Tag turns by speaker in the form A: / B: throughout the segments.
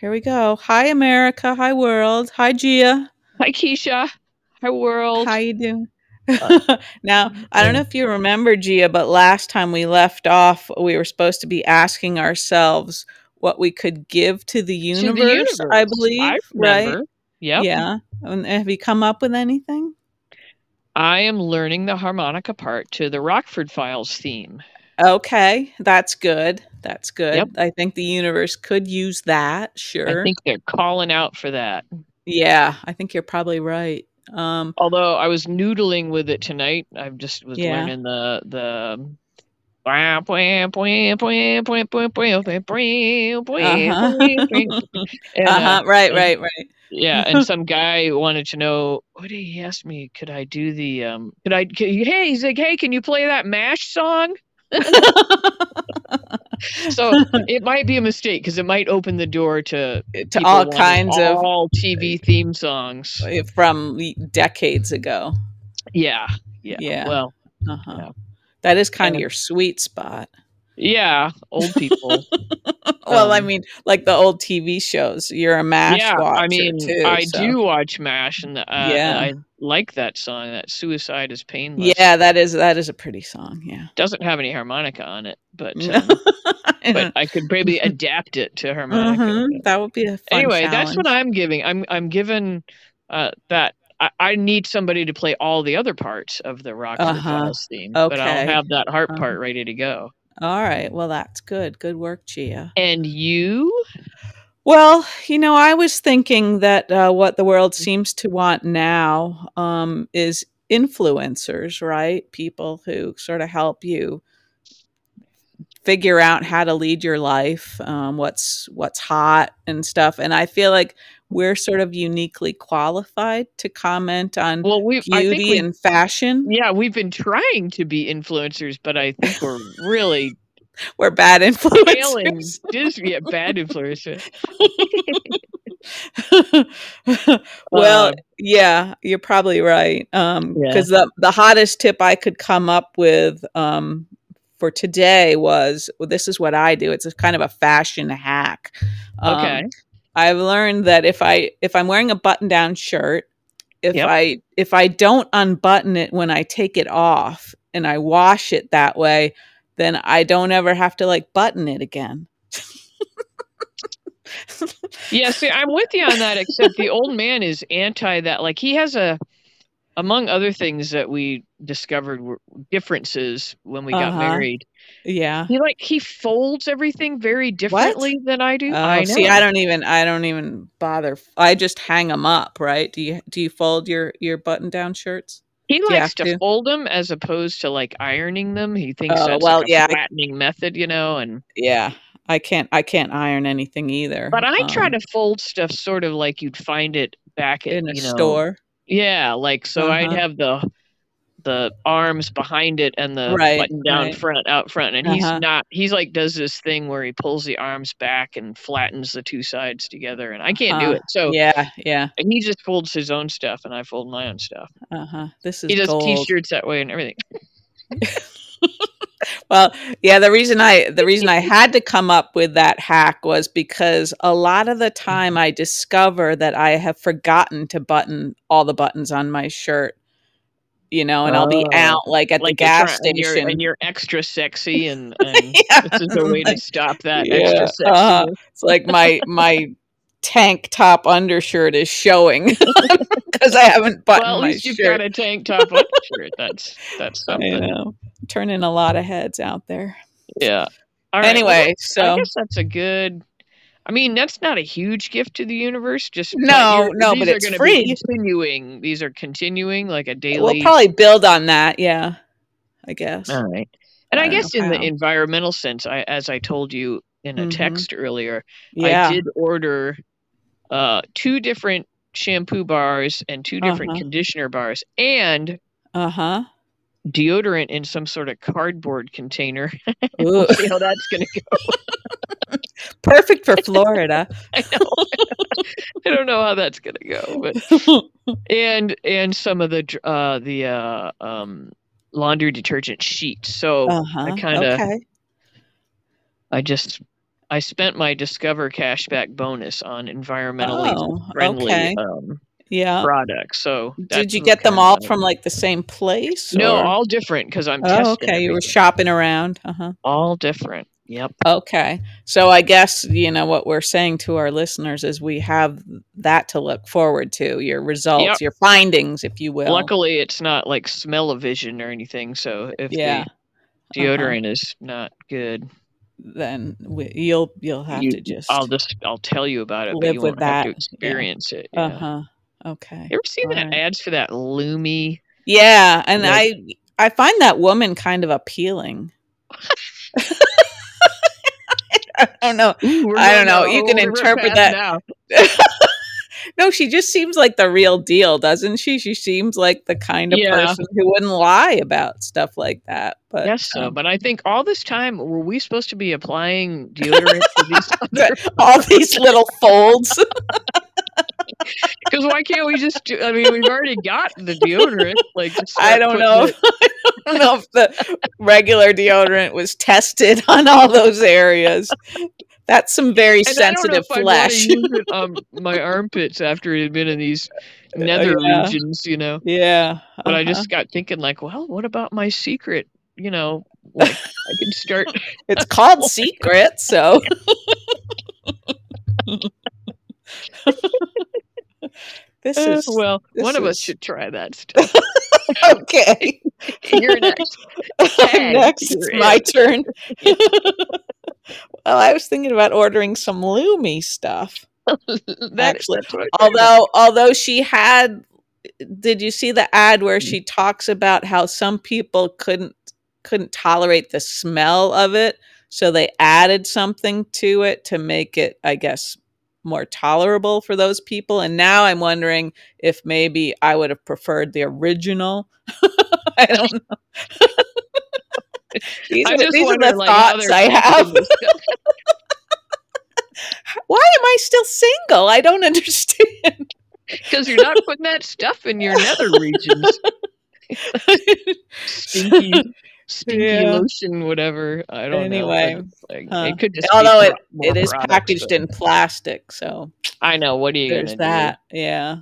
A: Here we go. Hi, America. Hi, world. Hi, Gia.
B: Hi, Keisha. Hi, world. Uh,
A: How you doing? now, I don't know if you remember, Gia, but last time we left off, we were supposed to be asking ourselves what we could give to the
B: To the
A: universe, I
B: universe.
A: believe.
B: I
A: right?
B: remember. Yep.
A: Yeah. And have you come up with anything?
B: I am learning the harmonica part to the Rockford Files theme.
A: Okay. That's good. That's good.
B: Yep.
A: I think the universe could use that.
B: I
A: Sure.
B: think they're calling out for that.
A: yeah. I think you're probably right. Um,
B: Although I was noodling with it tonight, I just was
A: Yeah.
B: learning the the. And,
A: uh-huh.
B: uh,
A: uh-huh. Right,
B: and-
A: right, right.
B: yeah, and some guy wanted to know what did he asked me? Could I do the um? Could I? Could, hey, he's like, hey, can you play that Mash song? So it might be a mistake because it might open the door to
A: to
B: people
A: all
B: wanting
A: kinds of
B: all TV theme songs.
A: from the- decades ago.
B: Yeah, yeah.
A: Yeah.
B: Well,
A: Uh-huh.
B: Yeah.
A: That is kind of
B: And-
A: your sweet spot.
B: yeah, old people.
A: well, I
B: Um,
A: mean, like the old TV shows. You're a mash
B: yeah,
A: watcher
B: I mean,
A: too.
B: I
A: so-
B: do watch Mash, and uh,
A: Yeah.
B: I like that song. That "Suicide Is Painless."
A: Yeah, that is that is a pretty song. Yeah.
B: doesn't have any harmonica on it, but
A: No.
B: um, but I could probably adapt it to harmonica.
A: Mhm, That would be a fun
B: anyway, that's what
A: challenge.
B: I'm giving. I'm I'm giving uh, that. I, I need somebody to play all the other parts of the Rockford
A: Uh-huh.
B: Files theme, but I'll
A: Okay.
B: have that harp
A: Uh-huh.
B: part ready to go.
A: All right. Well, that's good. Good work, Gia.
B: And you?
A: Well, you know, I was thinking that uh, what the world
B: Mm.
A: seems to want now um, is influencers, right? People who sort of help you figure out how to lead your life, um, what's what's hot and stuff. And I feel like we're sort of uniquely qualified to comment on
B: Well, we. I think
A: beauty
B: we.
A: and fashion.
B: Yeah, we've been trying to be influencers, but I think we're really
A: We're bad
B: failing.
A: influencers.
B: Disney at bad influencers.
A: well,
B: Uh,
A: yeah, you're probably right. Um,
B: Yeah.
A: because the the hottest tip I could come up with um for today was well, this is what I do. It's a kind of a fashion hack. Um,
B: okay.
A: I've learned that if I if I'm wearing a button down shirt, if
B: Yep.
A: I if I don't unbutton it when I take it off and I wash it that way, then I don't ever have to like button it again.
B: Yeah, see, I'm with you on that, except the old man is anti that. Like, he has a, among other things that we discovered were differences when we got
A: Uh-huh.
B: married.
A: yeah.
B: He, like, he folds everything very differently than I do.
A: Oh,
B: I know.
A: see, I don't even I don't even bother. I just hang them up, right? Do you do you fold your your button down shirts?
B: He
A: you
B: likes
A: have
B: to
A: to?
B: fold them as opposed to, like, ironing them. He thinks
A: Oh,
B: that's
A: well,
B: like a
A: yeah, I-
B: flattening method, you know, and.
A: yeah. I can't I can't iron anything either.
B: But I try
A: um,
B: to fold stuff sort of like you'd find it back at
A: in a
B: you know
A: store,
B: yeah like so I'd
A: Uh-huh.
B: have the the arms behind it and the
A: right?
B: button down
A: Right.
B: front out front and he's
A: Uh-huh.
B: not he's like does this thing where he pulls the arms back and flattens the two sides together and I can't do
A: Uh-huh.
B: it so
A: Yeah, yeah.
B: and he just folds his own stuff and I fold my own stuff
A: Uh-huh. This
B: he
A: is
B: does
A: gold.
B: t-shirts that way and everything
A: Well, yeah, the reason I the reason I had to come up with that hack was because a lot of the time I discover that I have forgotten to button all the buttons on my shirt, you know, and I'll be
B: oh.
A: out like at the
B: like you're trying
A: gas
B: and you're
A: station.
B: and you're extra sexy and and
A: yeah.
B: this is a way to
A: like-
B: stop that
A: yeah.
B: extra
A: Uh,
B: sexiness
A: it's like my my tank top undershirt is showing because I haven't
B: Well,
A: buttoned
B: at
A: my
B: least you've got
A: shirt.
B: a tank top undershirt. That's that's
A: I
B: something.
A: know. Turning a lot of heads out there.
B: Yeah. All right. well,
A: Anyway,
B: that- I
A: so
B: guess that's a good. I mean, that's not a huge gift to the universe. Just but
A: no,
B: you're,
A: no,
B: these
A: but
B: are
A: it's
B: going to be
A: free.
B: continuing. These are continuing like a
A: We'll
B: daily.
A: probably build on that. Yeah, I guess.
B: All right. And
A: I
B: I
A: don't know
B: guess in the
A: how.
B: environmental sense, I as I told you in a
A: Mhm.
B: text earlier, I
A: Yeah.
B: did order uh two different shampoo bars and two
A: Uh
B: different
A: huh.
B: conditioner bars and
A: Uh huh.
B: deodorant in some sort of cardboard container. we'll
A: Ooh,
B: see how that's going to go.
A: perfect for Florida.
B: I know. I don't know how that's going to go, but and and some of the dr- uh the uh um
A: Oh.
B: laundry detergent sheets. So
A: uh
B: I
A: huh.
B: kind of
A: Okay.
B: I just I spent my Discover cashback bonus on environmentally
A: Oh,
B: friendly
A: okay.
B: um,
A: Yeah.
B: products. So
A: Did
B: that's
A: you get them
B: kinda
A: all
B: what I-
A: from like the same place?
B: No,
A: or-
B: all different because I'm testing.
A: Oh, okay. You were
B: everything.
A: shopping around. Uh huh.
B: all different. Yep.
A: Okay. So I guess, you know, what we're saying to our listeners is we have that to look forward to your results,
B: Yep.
A: your findings, if you will.
B: Luckily, it's not like smell of vision or anything. So if
A: Yeah. uh-huh.
B: the deodorant is not good,
A: Then we, you'll you'll have
B: you-
A: to just.
B: I'll just I'll tell you about it,
A: Live
B: but you
A: with
B: won't have
A: that,
B: to
A: yeah.
B: experience it. yeah.
A: Uh huh. Okay.
B: You ever seen that
A: Alright.
B: ads for that Lumi?
A: Yeah, and
B: Like-
A: I I find that woman kind of appealing. I don't know.
B: we're
A: I don't
B: going
A: know.
B: down
A: You
B: a
A: can
B: river
A: interpret
B: path
A: that-
B: now.
A: No, she just seems like the real deal, doesn't she? She seems like the kind of
B: Yeah.
A: person who wouldn't lie about stuff like that. But
B: Yes, so,
A: um,
B: uh, but I think all this time were we supposed to be applying deodorant to these?
A: the- all these little folds.
B: Because why can't we just? Do, I mean, we've already got the deodorant. Like just
A: I
B: start
A: don't
B: putting
A: know.
B: it-
A: I don't know if the regular deodorant was tested on all those areas. That's some very
B: And I don't know
A: sensitive
B: if I'd wanna
A: flesh.
B: use it on my armpits after it had been in these nether
A: Uh, yeah.
B: regions, you know.
A: Yeah.
B: But I
A: uh-huh.
B: just got thinking, like, well, what about my secret? You know, like I can start.
A: It's called Secret, so. this
B: Uh,
A: is
B: well,
A: this
B: one of us
A: is-
B: should try that stuff.
A: okay.
B: You're next. Tag,
A: Next,
B: you're
A: it's
B: in.
A: my turn. well, I was thinking about ordering some Lumi stuff. Actually,
B: That- that's what I'm talking about.
A: Although, although she had, did you see the ad where she talks about how some people couldn't couldn't tolerate the smell of it, so they added something to it to make it, I guess, more tolerable for those people. And now I'm wondering if maybe I would have preferred the original. I don't know. these
B: I
A: are, the-
B: just
A: these are
B: wonder,
A: the
B: like, how
A: thoughts
B: they're
A: I have.
B: testing this.
A: Why am I still single? I don't understand.
B: because you're not putting that stuff in your nether regions. stinky, stinky
A: Yeah.
B: lotion, whatever. I don't
A: Anyway,
B: know. but, Like,
A: huh.
B: it could just
A: Although
B: be pro-
A: it
B: more
A: is
B: products,
A: packaged
B: but-
A: in plastic, so
B: I know. What are you
A: there's
B: gonna
A: that. Yeah.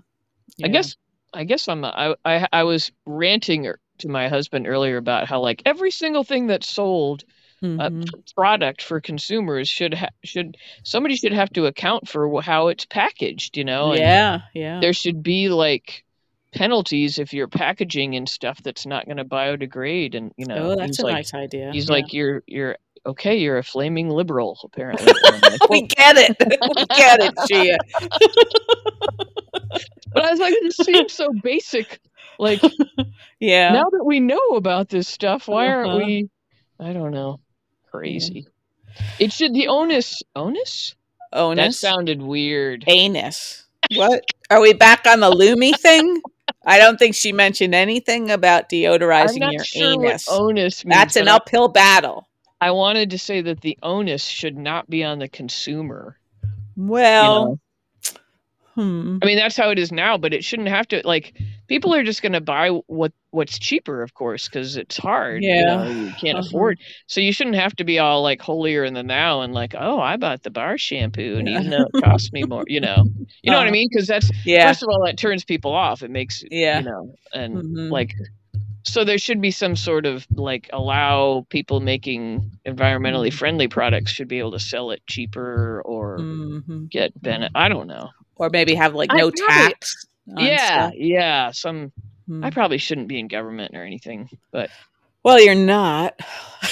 B: do?
A: Yeah.
B: I guess. I guess I'm. I I, I was ranting er- to my husband earlier about how like every single thing that's sold
A: Mhm.
B: product for consumers should ha- should somebody should have to account for wh- how it's packaged. You know. and-
A: yeah, yeah.
B: there should be like penalties if you're packaging and stuff that's not going to biodegrade and you know
A: oh, that's
B: he's
A: a
B: like
A: nice idea.
B: he's
A: yeah.
B: like you're you're okay you're a flaming liberal apparently And I'm like,
A: we
B: "Well,"
A: get it. we get it, Gia.
B: but i was like this seems so basic like
A: Yeah.
B: now that we know about this stuff why aren't
A: Uh-huh.
B: we i don't know crazy it should the onus onus that
A: Onus.
B: sounded weird
A: Anus. What? Are we back on the Lumi thing? I don't think she mentioned anything about
B: i'm
A: deodorizing
B: not
A: your
B: sure
A: anus.
B: what onus means,
A: That's an
B: but
A: uphill battle.
B: I, I wanted to say that the onus should not be on the consumer you know?
A: Well, hmm.
B: I mean, that's how it is now, but it shouldn't have to. Like, people are just going to buy what what's cheaper, of course, because it's hard. you
A: Yeah.
B: know, You, can't
A: Uh-huh.
B: afford. So you shouldn't have to be all like holier in the now and like, oh, I bought the bar shampoo, and
A: Yeah.
B: even though it cost me more, you know, you know what I
A: Uh-huh.
B: mean? Because that's
A: yeah,
B: first of all, that turns people off. It makes
A: yeah.
B: you know, and
A: Mhm.
B: like. So there should be some sort of like allow people making
A: Mm-hmm.
B: environmentally friendly products should be able to sell it cheaper or
A: Mhm.
B: get benefit. I don't know.
A: or maybe have like
B: I
A: no
B: probably-
A: tax. on
B: yeah,
A: stuff.
B: yeah. Some
A: Hmm.
B: I probably shouldn't be in government or anything, but
A: Well, you're not.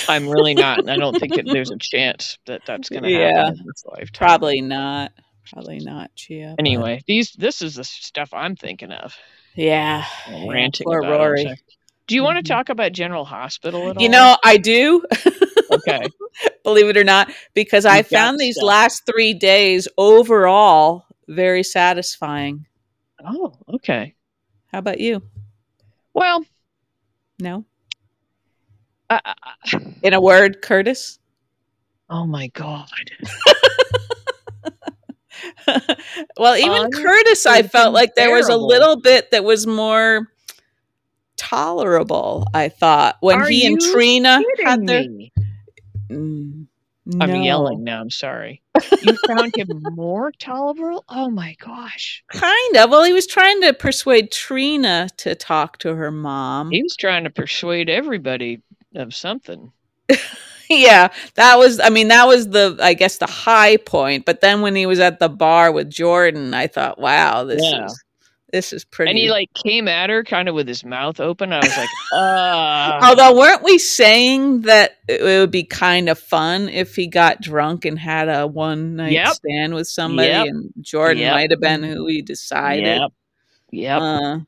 B: I'm really not. and I don't think it, there's a chance that that's going to
A: Yeah.
B: happen in this lifetime.
A: Probably not. Probably not, Chia. but-
B: Anyway, these this is the stuff I'm thinking of.
A: Yeah.
B: I'm
A: Oh, yeah,
B: ranting
A: poor
B: about all
A: Rory.
B: this. Do you want
A: Mhm.
B: to talk about General Hospital at
A: You
B: all?
A: know, I do,
B: okay.
A: believe it or not, because I
B: You've got
A: found these
B: stuff.
A: last three days overall very satisfying.
B: Oh, okay.
A: How about you?
B: Well,
A: No?
B: I, I, I-
A: In a word, Curtis?
B: oh my god.
A: well, even
B: Un-
A: Curtis, I felt like there was a
B: unbearable.
A: little bit that was more tolerable, I thought, when
B: Are
A: he and
B: you
A: Trina had
B: Kidding
A: their.
B: me.
A: Mm,
B: I'm
A: No.
B: yelling now. I'm sorry. You found him more tolerable? Oh my gosh.
A: Kind of. Well, he was trying to persuade Trina to talk to her mom.
B: He was trying to persuade everybody of something.
A: yeah, that was. I mean, that was the. I guess the high point. But then when he was at the bar with Jordan, I thought, wow, this
B: Yeah.
A: is this is pretty.
B: And he like came at her kind of with his mouth open. I was like, uh
A: Although, weren't we saying that it it would be kind of fun if he got drunk and had a one night
B: Yep.
A: stand with somebody,
B: Yep.
A: and Jordan
B: Yep.
A: might have been who he decided.
B: Yep. Yep.
A: Uh,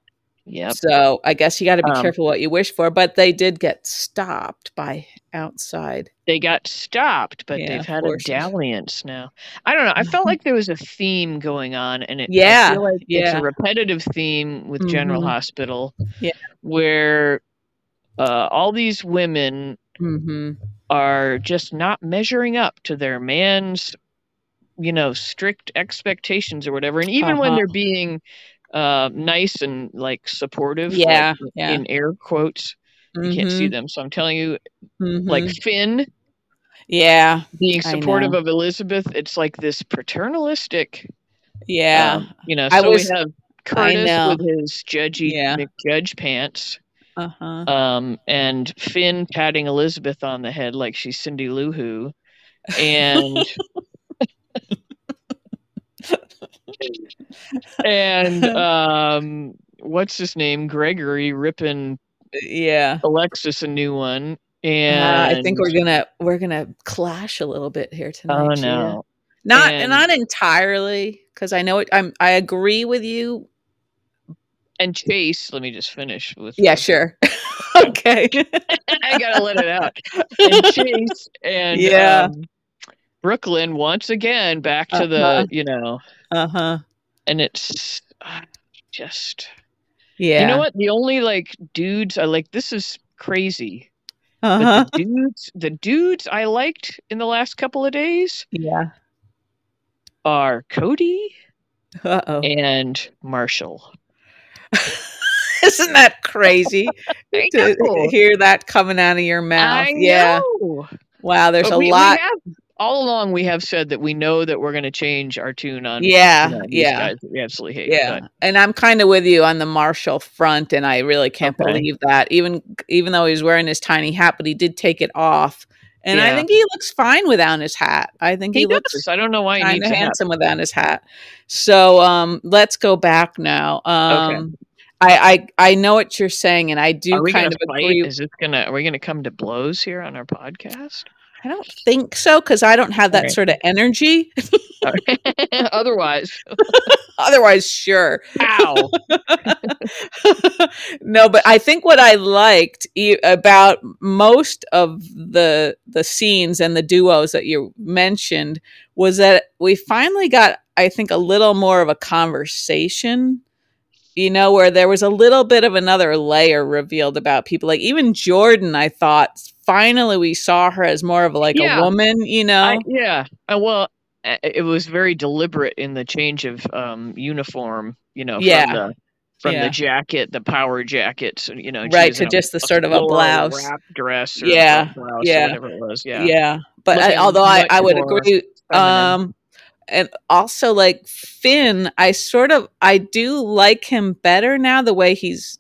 B: yep.
A: So I guess you got to be
B: Um,
A: careful what you wish for. But they did get stopped by outside.
B: They got stopped, but
A: Yeah,
B: they've had
A: horses.
B: a dalliance now. I don't know. I felt like there was a theme going on and it I
A: Yeah,
B: feel like it's
A: yeah.
B: a repetitive theme with General
A: Mhm.
B: Hospital.
A: Yeah.
B: Where uh, all these women
A: hmm
B: are just not measuring up to their man's you know strict expectations or whatever and even when
A: Uh-huh.
B: they're being uh nice and like supportive like,
A: Yeah, yeah. Mm-hmm,
B: in air quotes you can't see them so i'm telling you like finn
A: yeah,
B: being
A: Mm-hmm. I
B: supportive
A: know.
B: of elizabeth it's like this paternalistic
A: yeah.
B: um, you know so
A: I was-
B: we have curtis
A: know.
B: with his judgy
A: Yeah.
B: judge pants
A: uh huh.
B: um, and Finn patting Elizabeth on the head like she's Cindy Lou Who, and and um, what's his name? Gregory ripping
A: Yeah.
B: Alexis a new one,
A: Uh,
B: and
A: I think we're gonna we're gonna clash a little bit here tonight.
B: oh
A: Gia.
B: no,
A: not
B: and-
A: not entirely because I know it, I'm I agree with you.
B: and Chase. Let me just finish with
A: Yeah, sure. okay.
B: I gotta let it out. And Chase and
A: Yeah.
B: um, Brooklyn once again back to
A: Uh-huh.
B: the you know,
A: uh huh.
B: and it's uh, just.
A: Yeah.
B: You know what? The only like dudes I like this is crazy. But
A: Uh-huh.
B: the dudes the dudes I liked in the last couple of days
A: Yeah.
B: are Cody
A: Uh oh.
B: and Marshall.
A: Isn't that crazy
B: I
A: to
B: know.
A: hear that coming out of your mouth?
B: I
A: yeah.
B: know.
A: Wow, there's
B: But
A: a
B: we- we
A: lot.
B: have- all along we have said that we know that we're gonna change our tune on you
A: yeah.
B: know, these
A: yeah.
B: guys that we absolutely hate.
A: Yeah.
B: but-
A: And I'm kind of with you on the Marshall front and I really can't
B: Okay.
A: believe that. Even even though he's wearing his tiny hat, but he did take it off. And I
B: Yeah.
A: think he looks fine without his hat. I think
B: He,
A: he, looks
B: does. I don't know why he
A: kind
B: needs
A: of
B: to have.
A: handsome without his hat. So um let's go back now. Um
B: Okay.
A: I, I I know what you're saying and I do
B: Are we
A: kind
B: gonna
A: of
B: fight?
A: agree
B: Is this gonna are we gonna come to blows here on our podcast?
A: I don't think so because I don't have that
B: Right.
A: sort of energy.
B: All right. Otherwise,
A: Otherwise, sure.
B: ow.
A: no, but I think what I liked e- about most of the the scenes and the duos that you mentioned was that we finally got, I think, a little more of a conversation. You know, where there was a little bit of another layer revealed about people. Like even Jordan, I thought finally we saw her as more of like
B: Yeah.
A: a woman. You know,
B: I, yeah. Uh, well, uh, it was very deliberate in the change of um, uniform. You know,
A: Yeah.
B: from the from
A: Yeah.
B: the jacket, the power jackets. You know,
A: right? To
B: choosing a-
A: just the sort of a
B: floral
A: blouse.
B: wrap dress. Or
A: Yeah,
B: yeah, blouse
A: yeah,
B: or whatever it was.
A: yeah,
B: Yeah,
A: but I,
B: Looking
A: although I,
B: much
A: I would
B: more
A: agree
B: feminine.
A: um and also like finn i sort of i do like him better now the way he's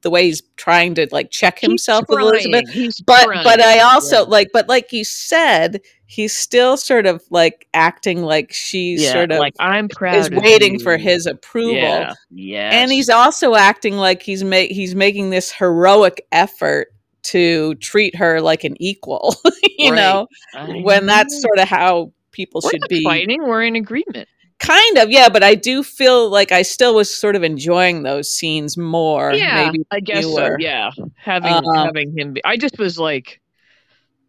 A: the way he's trying to like check
B: He's
A: himself with
B: trying,
A: elizabeth
B: he's
A: but but i
B: trying,
A: also
B: yeah.
A: like but like you said he's still sort of like acting like she's
B: Yeah,
A: sort of
B: like I'm proud.
A: is
B: of
A: waiting for
B: you.
A: his approval
B: Yeah. Yes.
A: and he's also acting like he's make he's making this heroic effort to treat her like an equal you
B: Right.
A: know
B: I
A: when that's
B: know.
A: sort of how people
B: We're
A: should
B: not
A: be
B: fighting. We're in agreement.
A: kind of yeah but i do feel like i still was sort of enjoying those scenes more
B: yeah,
A: maybe
B: I
A: than
B: guess
A: you
B: so.
A: were.
B: Yeah, having
A: Um,
B: having him. Be, I just was like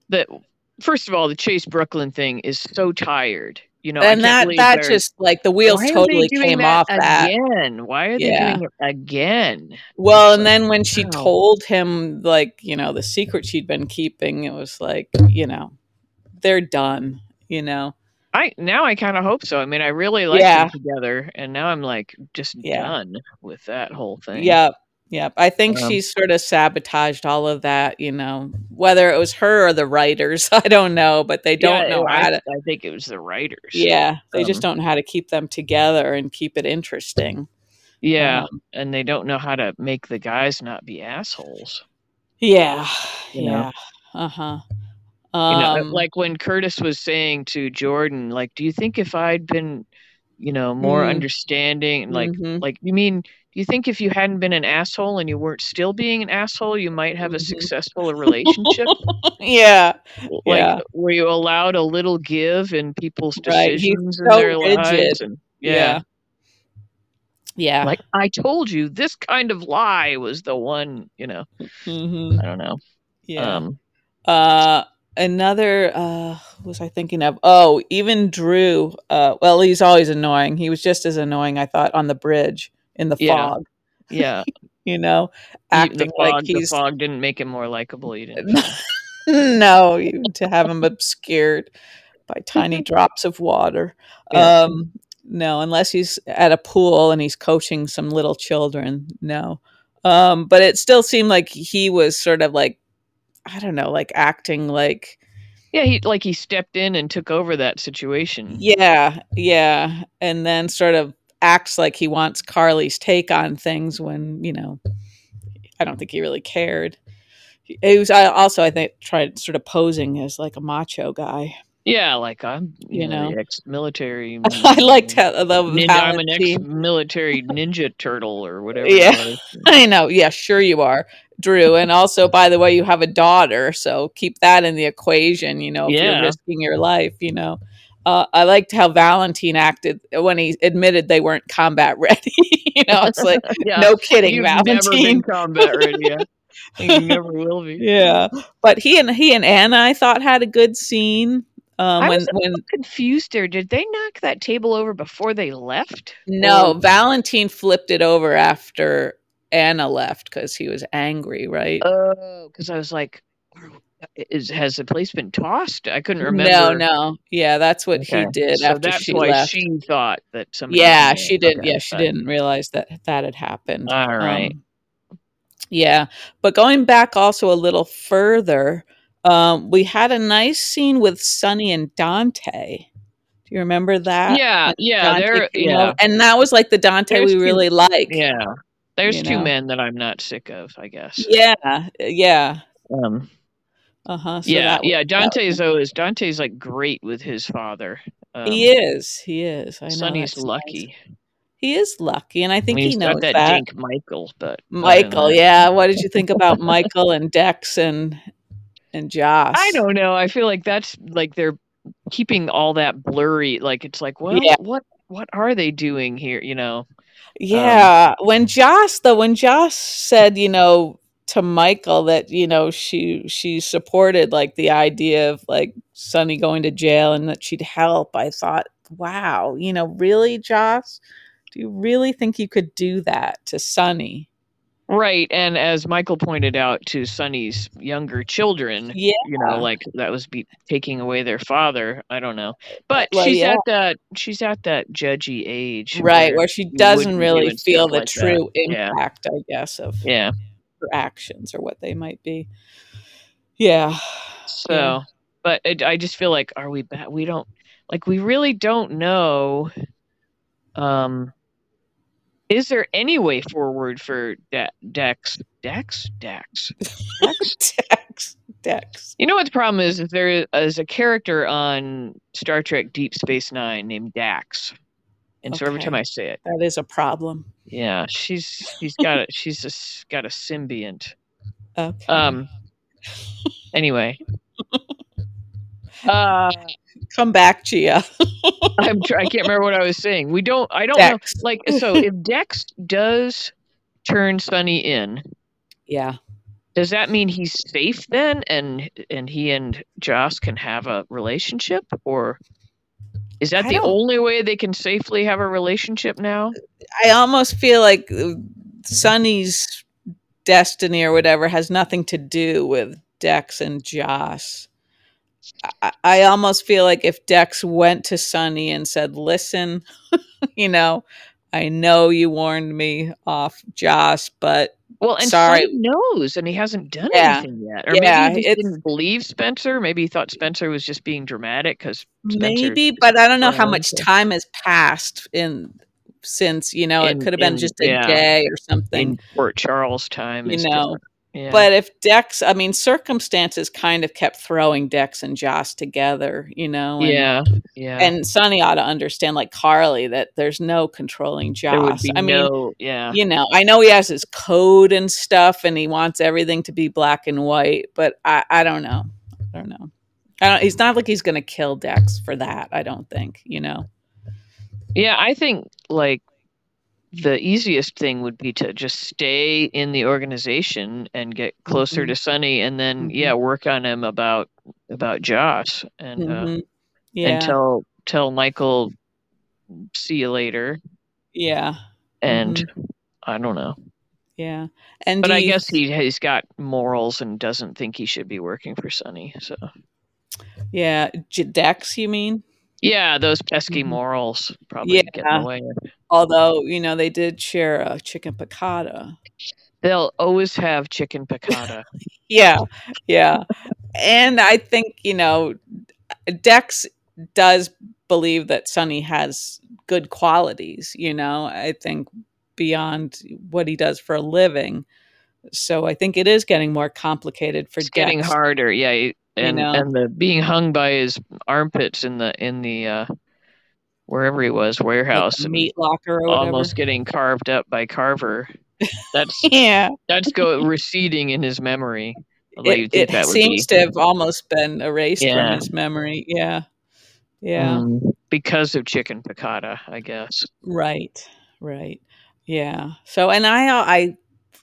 B: that. First of all, the Chase Brooklyn thing is so tired. You know, I
A: and
B: can't
A: that
B: believe
A: that
B: they're-
A: just like the
B: why
A: wheels
B: are they
A: totally
B: doing
A: came
B: that
A: off that
B: again. Why are they
A: Yeah.
B: doing it again?
A: well
B: It's
A: and
B: like,
A: then when she
B: wow.
A: told him like you know the secret she'd been keeping it was like you know they're done you know
B: I now I kind of hope so. I mean, I really like
A: Yeah.
B: them together, and now I'm like just
A: Yeah.
B: done with that whole thing.
A: yeah Yep. I think
B: Um,
A: she sort of sabotaged all of that, you know, whether it was her or the writers, I don't know, but they don't
B: Yeah,
A: know
B: I,
A: how to.
B: I think it was the writers.
A: Yeah. They just
B: um,
A: don't know how to keep them together and keep it interesting.
B: Yeah.
A: Um,
B: and they don't know how to make the guys not be assholes.
A: yeah.
B: You know?
A: Yeah. Uh huh.
B: You know,
A: Um,
B: like when Curtis was saying to Jordan, like, do you think if I'd been, you know, more
A: Mm.
B: understanding, like,
A: mhm,
B: like you mean, do you think if you hadn't been an asshole and you weren't still being an asshole, you might have a
A: Mhm.
B: successful relationship?
A: yeah.
B: like,
A: Yeah.
B: were you allowed a little give in people's
A: Right, he's
B: decisions in
A: so
B: their lives?
A: rigid.
B: And,
A: Yeah. Yeah.
B: like I told you, this kind of lie was the one. You know,
A: mhm,
B: I don't know.
A: Yeah.
B: Um,
A: uh another uh who was i thinking of oh even drew uh well he's always annoying he was just as annoying i thought on the bridge in the
B: Yeah.
A: fog
B: yeah,
A: you know
B: You-
A: acting
B: the fog,
A: like
B: the
A: he's
B: fog didn't make him more likable. You didn't. feel.
A: no you, to have him obscured by tiny drops of water
B: Yeah.
A: um no unless he's at a pool and he's coaching some little children no um but it still seemed like he was sort of like i don't know like acting like
B: Yeah, he like he stepped in and took over that situation.
A: Yeah, yeah. And then sort of acts like he wants Carly's take on things when, you know, I don't think he really cared. He- It was I also I think tried sort of posing as like a macho guy.
B: Yeah, like I'm, you,
A: You
B: know,
A: know.
B: the ex-military.
A: I liked how I love
B: Mm-hmm. Ninja,
A: how
B: I'm an
A: she-
B: ex-military ninja turtle or whatever. it
A: Yeah.
B: was.
A: I know, yeah, sure you are, Drew. And also by the way, you have a daughter, so keep that in the equation, you know, if you're
B: Yeah.
A: risking your life, you know. Uh, I liked how Valentine acted when he admitted they weren't combat ready. you know, it's like
B: yeah.
A: no kidding,
B: You've never been
A: Valentine.
B: combat ready. Yeah. And you never will be.
A: Yeah, but he and he and Anna, I thought, had a good scene. Um,
B: I
A: when
B: was
A: when
B: confused there. Did they knock that table over before they left?
A: no
B: Or-
A: Valentine flipped it over after Anna left because he was angry, right?
B: Oh,
A: Uh,
B: because I was like, is has the place been tossed? I couldn't remember.
A: no, no, yeah, that's what he
B: Okay.
A: did
B: so
A: after
B: that's
A: she
B: why
A: left.
B: she thought that somebody.
A: yeah,
B: had-
A: she did.
B: okay,
A: Yeah, she
B: fine.
A: didn't realize that that had happened.
B: All right.
A: Um, Yeah. But going back also a little further, um, we had a nice scene with Sonny and Dante. Do you remember that?
B: Yeah,
A: When
B: yeah,
A: Dante
B: there,
A: came
B: yeah,
A: over- And that was like the Dante we
B: There's two-
A: really like.
B: yeah. There's
A: you
B: two
A: know.
B: men that I'm not sick of, I guess.
A: Yeah. Yeah.
B: Um,
A: Uh huh. So
B: yeah,
A: that was,
B: yeah.
A: that was
B: Dante's though is Dante's like great with his father. Um,
A: he is. He is. I know.
B: Sonny's
A: that's nice.
B: lucky.
A: He is lucky. And I
B: I
A: think
B: mean,
A: he
B: he's got
A: knows
B: that,
A: that.
B: dink Michael, but other than
A: Michael.
B: that-
A: Yeah. What did you think about Michael and Dex and, and Joss?
B: I don't know. I feel like that's like they're keeping all that blurry. Like it's like, well,
A: Yeah.
B: what what are they doing here? You know? Um,
A: Yeah. when Joss though, when Joss said, you know, to Michael that, you know, she she supported like the idea of like Sonny going to jail and that she'd help, I thought, wow, you know, really, Joss? Do you really think you could do that to Sonny?
B: Right. And as Michael pointed out to Sonny's younger children,
A: Yeah.
B: you know, like that was be- taking away their father. I don't know. But
A: Well,
B: she's
A: yeah.
B: at that she's at that judgy age.
A: Right,
B: where
A: where she
B: you
A: doesn't
B: wouldn't be
A: really
B: doing stuff
A: feel the
B: like that.
A: true
B: Yeah.
A: impact, I guess, of
B: Yeah.
A: her actions or what they might be. Yeah.
B: So,
A: Yeah.
B: but it, I just feel like, are we back? We don't, like, we really don't know. Um, is there any way forward for De- Dex? Dex? Dex? Dex?
A: Dex. Dex.
B: You know what the problem is? Is there is a character on Star Trek Deep Space Nine named Dax, and so every
A: Okay.
B: time I say it,
A: That is a problem.
B: yeah, she's she's got a she's a, s- got a symbiont.
A: Okay.
B: Um. Anyway. Uh,
A: Come back, Gia.
B: I'm tr- I can't remember what I was saying. We don't. I don't
A: Dex.
B: know. Like so, if Dex does turn Sunny in,
A: Yeah.
B: does that mean he's safe then, and and he and Joss can have a relationship, or is that
A: I
B: the
A: don't-
B: only way they can safely have a relationship now?
A: I almost feel like uh, Sonny's destiny or whatever has nothing to do with Dex and Joss. I- I, I almost feel like if Dex went to Sonny and said, listen, you know, I know you warned me off, Joss, but
B: Well, and
A: Sorry.
B: Flynn knows, and he hasn't done
A: Yeah.
B: anything yet. Or
A: Yeah,
B: maybe he just
A: it's-
B: didn't believe Spencer. Maybe he thought Spencer was just being dramatic because Spencer
A: maybe. But I don't know how
B: Yeah,
A: much
B: okay.
A: time has passed in since you know
B: In-
A: it could have been
B: in-
A: just a
B: yeah.
A: day or something.
B: in Port Charles time,
A: You
B: is
A: know,
B: different. Yeah.
A: But if Dex, I mean, circumstances kind of kept throwing Dex and Joss together, you know, and,
B: yeah, yeah,
A: and Sonny ought to understand, like Carly, that there's no controlling
B: there would
A: Joss.
B: be
A: I mean,
B: no, yeah,
A: you know, I know he has his code and stuff and he wants everything to be black and white, but I, I don't know. I don't know. I don't, he's not like he's going to kill Dex for that, I don't think, you know.
B: yeah. I think like the easiest thing would be to just stay in the organization and get closer
A: Mhm.
B: to Sonny, and then
A: Mhm.
B: yeah, work on him about about Josh and. Uh,
A: Mhm. Yeah.
B: and tell tell Michael see you later
A: yeah.
B: and I don't know.
A: Yeah. And Mm-hmm.
B: But
A: do
B: I
A: you-
B: guess he he's got morals and doesn't think he should be working for Sonny. So
A: yeah, J- Dex, you mean?
B: yeah, those pesky
A: Mhm.
B: morals probably
A: Yeah.
B: get in the way.
A: Although, you know, they did share a chicken piccata.
B: They'll always have chicken piccata.
A: Yeah. Yeah. and I think, you know, Dex does believe that Sonny has good qualities, you know, I think beyond what he does for a living. So I think it is getting more complicated for
B: it's getting
A: Dex.
B: harder. Yeah, you- and
A: know.
B: and the being hung by his armpits in the in the uh wherever he was
A: like a
B: warehouse and
A: meat locker or whatever.
B: almost getting carved up by Carver. That's
A: Yeah.
B: that's go receding in his memory. Although
A: It,
B: you'd think
A: it
B: that would
A: seems
B: be-
A: to have almost been erased
B: Yeah.
A: from his memory. Yeah. Yeah.
B: um, because of chicken piccata, I guess.
A: Right, right, yeah. So, and I, uh, I,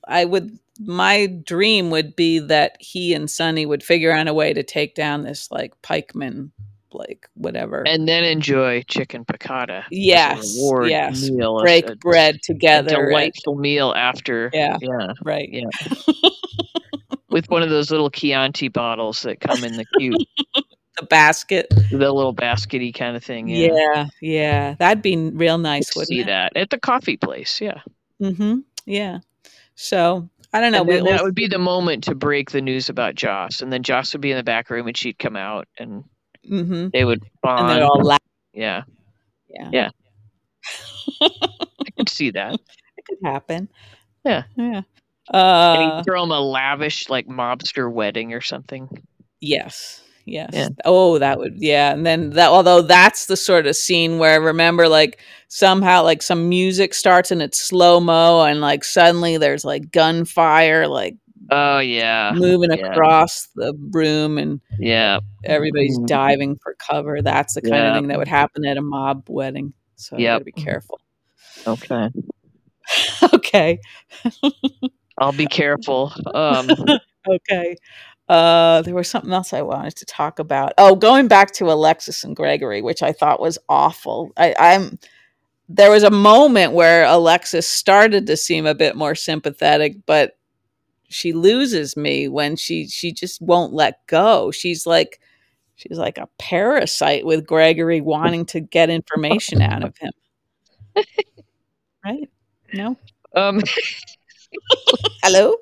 A: I would. My dream would be that he and Sonny would figure out a way to take down this like pikeman, like whatever.
B: And then enjoy chicken piccata. as a
A: Yes,
B: reward
A: yes.
B: meal, as
A: break
B: a-
A: bread
B: a
A: together. and-
B: delightful meal after.
A: Yeah.
B: yeah.
A: right.
B: yeah. With one of those little Chianti bottles that come in the cute,
A: The basket.
B: the little baskety kind of thing.
A: Yeah.
B: Yeah.
A: yeah, That'd be n- real nice,
B: Could
A: wouldn't
B: see
A: it?
B: that at the coffee place. Yeah.
A: Mm-hmm. Yeah. So I don't know.
B: and then
A: we'll-
B: that would be the moment to break the news about Joss. And then Joss would be in the back room and she'd come out and
A: mhm.
B: they would
A: And
B: bond.
A: they're all laugh.
B: yeah.
A: Yeah.
B: Yeah. I could see that.
A: It could happen.
B: Yeah.
A: Yeah.
B: and
A: Uh,
B: he'd throw him a lavish like mobster wedding or something.
A: Yes. Yes.
B: Yeah.
A: Oh, that would yeah. And then that although that's the sort of scene where I remember like somehow like some music starts and it's slow mo and like suddenly there's like gunfire like
B: Oh yeah,
A: moving
B: yeah.
A: across the room and
B: yeah.
A: everybody's
B: Mhm.
A: diving for cover. That's the kind
B: Yeah.
A: of thing that would happen at a mob wedding. So you
B: Yep.
A: gotta be careful.
B: Okay,
A: okay.
B: I'll be careful. Um,
A: Okay. Uh, there was something else I wanted to talk about. Oh, going back to Alexis and Gregory, which I thought was awful. I, I'm there was a moment where Alexis started to seem a bit more sympathetic, but she loses me when she she just won't let go. She's like she's like a parasite with Gregory wanting to get information out of him. right? No.
B: um,
A: Hello?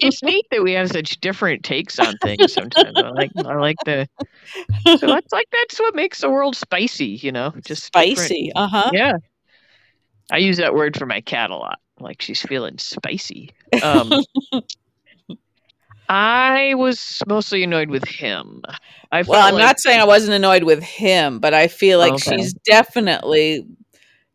B: it's neat that we have such different takes on things sometimes. I like, I like the. So that's like that's what makes the world spicy, you know. Just different-
A: Spicy. Uh-huh.
B: Yeah, I use that word for my cat a lot. Like she's feeling spicy. Um, I was mostly annoyed with him. I
A: Well,
B: felt
A: I'm
B: like-
A: not saying I wasn't annoyed with him, but I feel like
B: Okay.
A: she's definitely,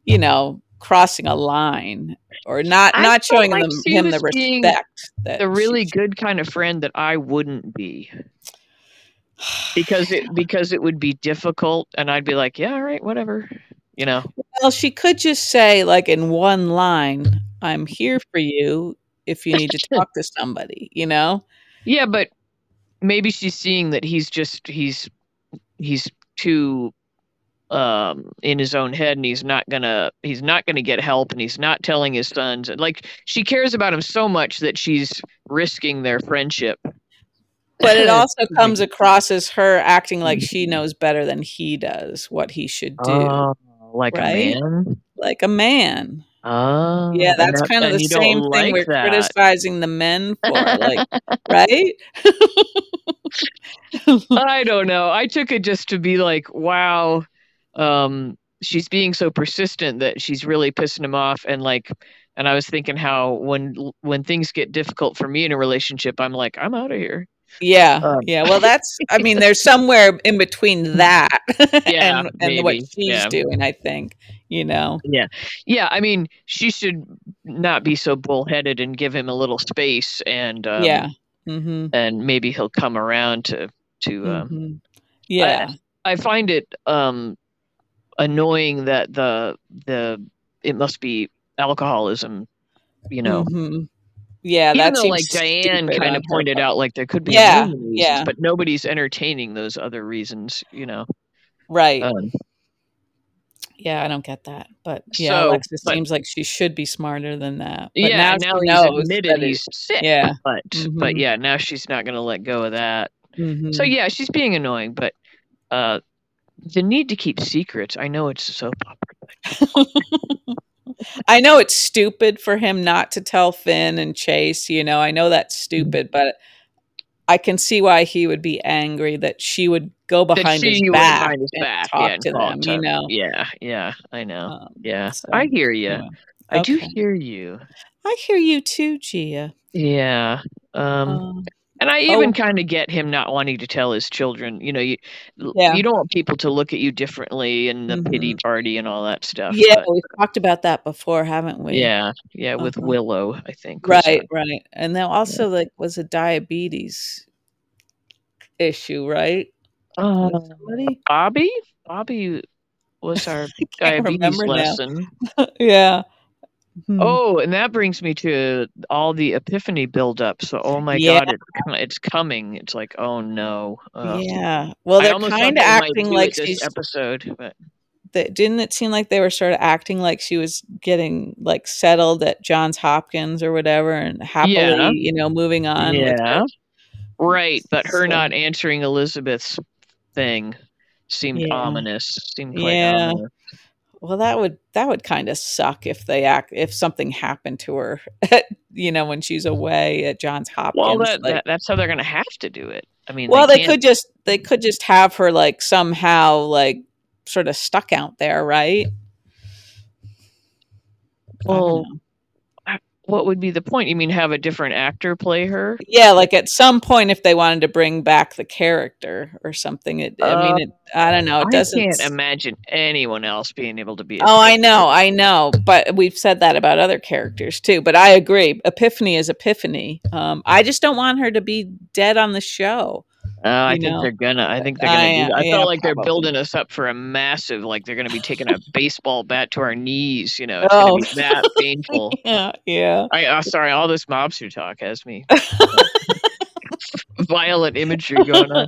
A: you know, crossing a line or not
B: I
A: not
B: felt
A: showing
B: like
A: them,
B: she
A: him the
B: was being
A: respect that
B: the
A: she
B: really
A: sh-
B: good kind of friend that I wouldn't be because it because it would be difficult and I'd be like, yeah, all right, whatever. You know.
A: well, she could just say like in one line, "I'm here for you if you need to talk to somebody," you know?
B: Yeah, but maybe she's seeing that he's just he's he's too um in his own head and he's not going to he's not going to get help and he's not telling his sons and like she cares about him so much that she's risking their friendship.
A: But it also
B: me.
A: comes across as her acting like she knows better than he does what he should do.
B: Mm-hmm. Oh, like
A: right?
B: a man.
A: like a man.
B: Oh,
A: Yeah,
B: and
A: that's
B: that-
A: kind of
B: and
A: the
B: you don't
A: same
B: like
A: thing we're
B: that.
A: criticizing the men for, like, right?
B: I don't know. I took it just to be like, wow, um, she's being so persistent that she's really pissing him off, and like, and I was thinking how when when things get difficult for me in a relationship, I'm like, I'm out of here.
A: Yeah,
B: Um, Mm.
A: yeah. Well, that's. I mean, there's somewhere in between that
B: Yeah,
A: and, and what
B: maybe,
A: she's
B: yeah.
A: doing. I think you know.
B: Yeah, I mean, she should not be so bullheaded and give him a little space, and um,
A: yeah. Mm-hmm.
B: and maybe he'll come around to to um,
A: hmm Yeah.
B: I find it um, annoying that the the it must be alcoholism, you know.
A: Mhm. Yeah.
B: Even
A: that
B: though,
A: seems
B: like Diane
A: stupid
B: kind
A: on
B: of
A: her
B: pointed
A: part.
B: out, like there could be
A: Yeah,
B: a million reasons,
A: yeah.
B: but nobody's entertaining those other reasons, you know.
A: Right.
B: Um,
A: yeah, I don't get that, but yeah,
B: so,
A: Alexis
B: but-
A: seems like she should be smarter than that. But
B: yeah,
A: now,
B: now,
A: she
B: he's
A: knows
B: admitted
A: that it-
B: he's sick,
A: yeah.
B: but but
A: Mhm.
B: yeah, now she's not going to let go of that. So
A: mhm.
B: yeah, she's being annoying, but uh, the need to keep secrets. I know it's a soap opera. but
A: I know it's stupid for him not to tell Finn and Chase, you know, I know that's
B: Mm.
A: stupid, but I can see why he would be angry that she would go behind his
B: she went
A: back
B: behind his
A: and
B: back, yeah,
A: talk
B: and
A: to
B: call
A: them,
B: to
A: you
B: him.
A: know.
B: Yeah, yeah, I know.
A: Um,
B: Yeah,
A: Oh. so,
B: I hear you.
A: anyway.
B: I do
A: Okay.
B: hear you.
A: I hear you too, Gia.
B: Yeah. Um,
A: Um,
B: and I even
A: oh.
B: kind of get him not wanting to tell his children. You know, you l-
A: Yeah. Mm-hmm.
B: you don't want people to look at you differently and the pity party and all that stuff.
A: yeah,
B: but
A: we've talked about that before, haven't we?
B: yeah, yeah, with
A: Uh-huh.
B: Willow, I think. was
A: Right, right. And then also like was a diabetes issue, right?
B: our- Uh,
A: With somebody?
B: Bobby, Bobby was our
A: can't
B: diabetes
A: remember now. Mm-hmm.
B: lesson.
A: yeah. Hmm.
B: Oh, and that brings me to all the epiphany buildup. So, oh my
A: Yeah.
B: God, it, com- it's coming. It's like, oh no. Uh,
A: yeah. Well,
B: I
A: they're
B: almost thought
A: kind
B: they
A: of
B: might
A: acting
B: do it
A: like
B: this
A: she's.
B: episode, but
A: They, didn't it seem like they were sort of acting like she was getting like settled at Johns Hopkins or whatever, and happily, you know, moving on with her.
B: yeah, right. But her
A: So-
B: not answering Elizabeth's thing seemed
A: Yeah.
B: ominous. Seemed quite
A: Yeah.
B: ominous.
A: Well, that would that would kind of suck if they act if something happened to her, at, you know, when she's away at Johns Hopkins.
B: Well, that,
A: like,
B: that that's how they're gonna have to do it. I mean,
A: well, they,
B: can't-
A: could just they could just have her like somehow like sort of stuck out there, right? I don't
B: Well,
A: know.
B: what would be the point? You mean have a different actor play her?
A: Yeah, like at some point, if they wanted to bring back the character or something, it, I mean, it, Uh, I don't know. Oh, It
B: I
A: doesn't.
B: can't
A: s-
B: imagine anyone else being able to be.
A: oh, I know, I know, but we've said that about other characters too. But I agree, Epiphany is Epiphany. Um, I just don't want her to be dead on the show.
B: Oh, I
A: you
B: think
A: know?
B: they're gonna. I think they're
A: I-
B: gonna do that. I
A: yeah,
B: felt like they're
A: probably.
B: building us up for a massive. Like they're gonna be taking a baseball bat to our knees. You know, it's gonna be
A: Oh.
B: that painful.
A: Yeah, yeah.
B: I uh, sorry, all this mobster talk has me violent imagery going on.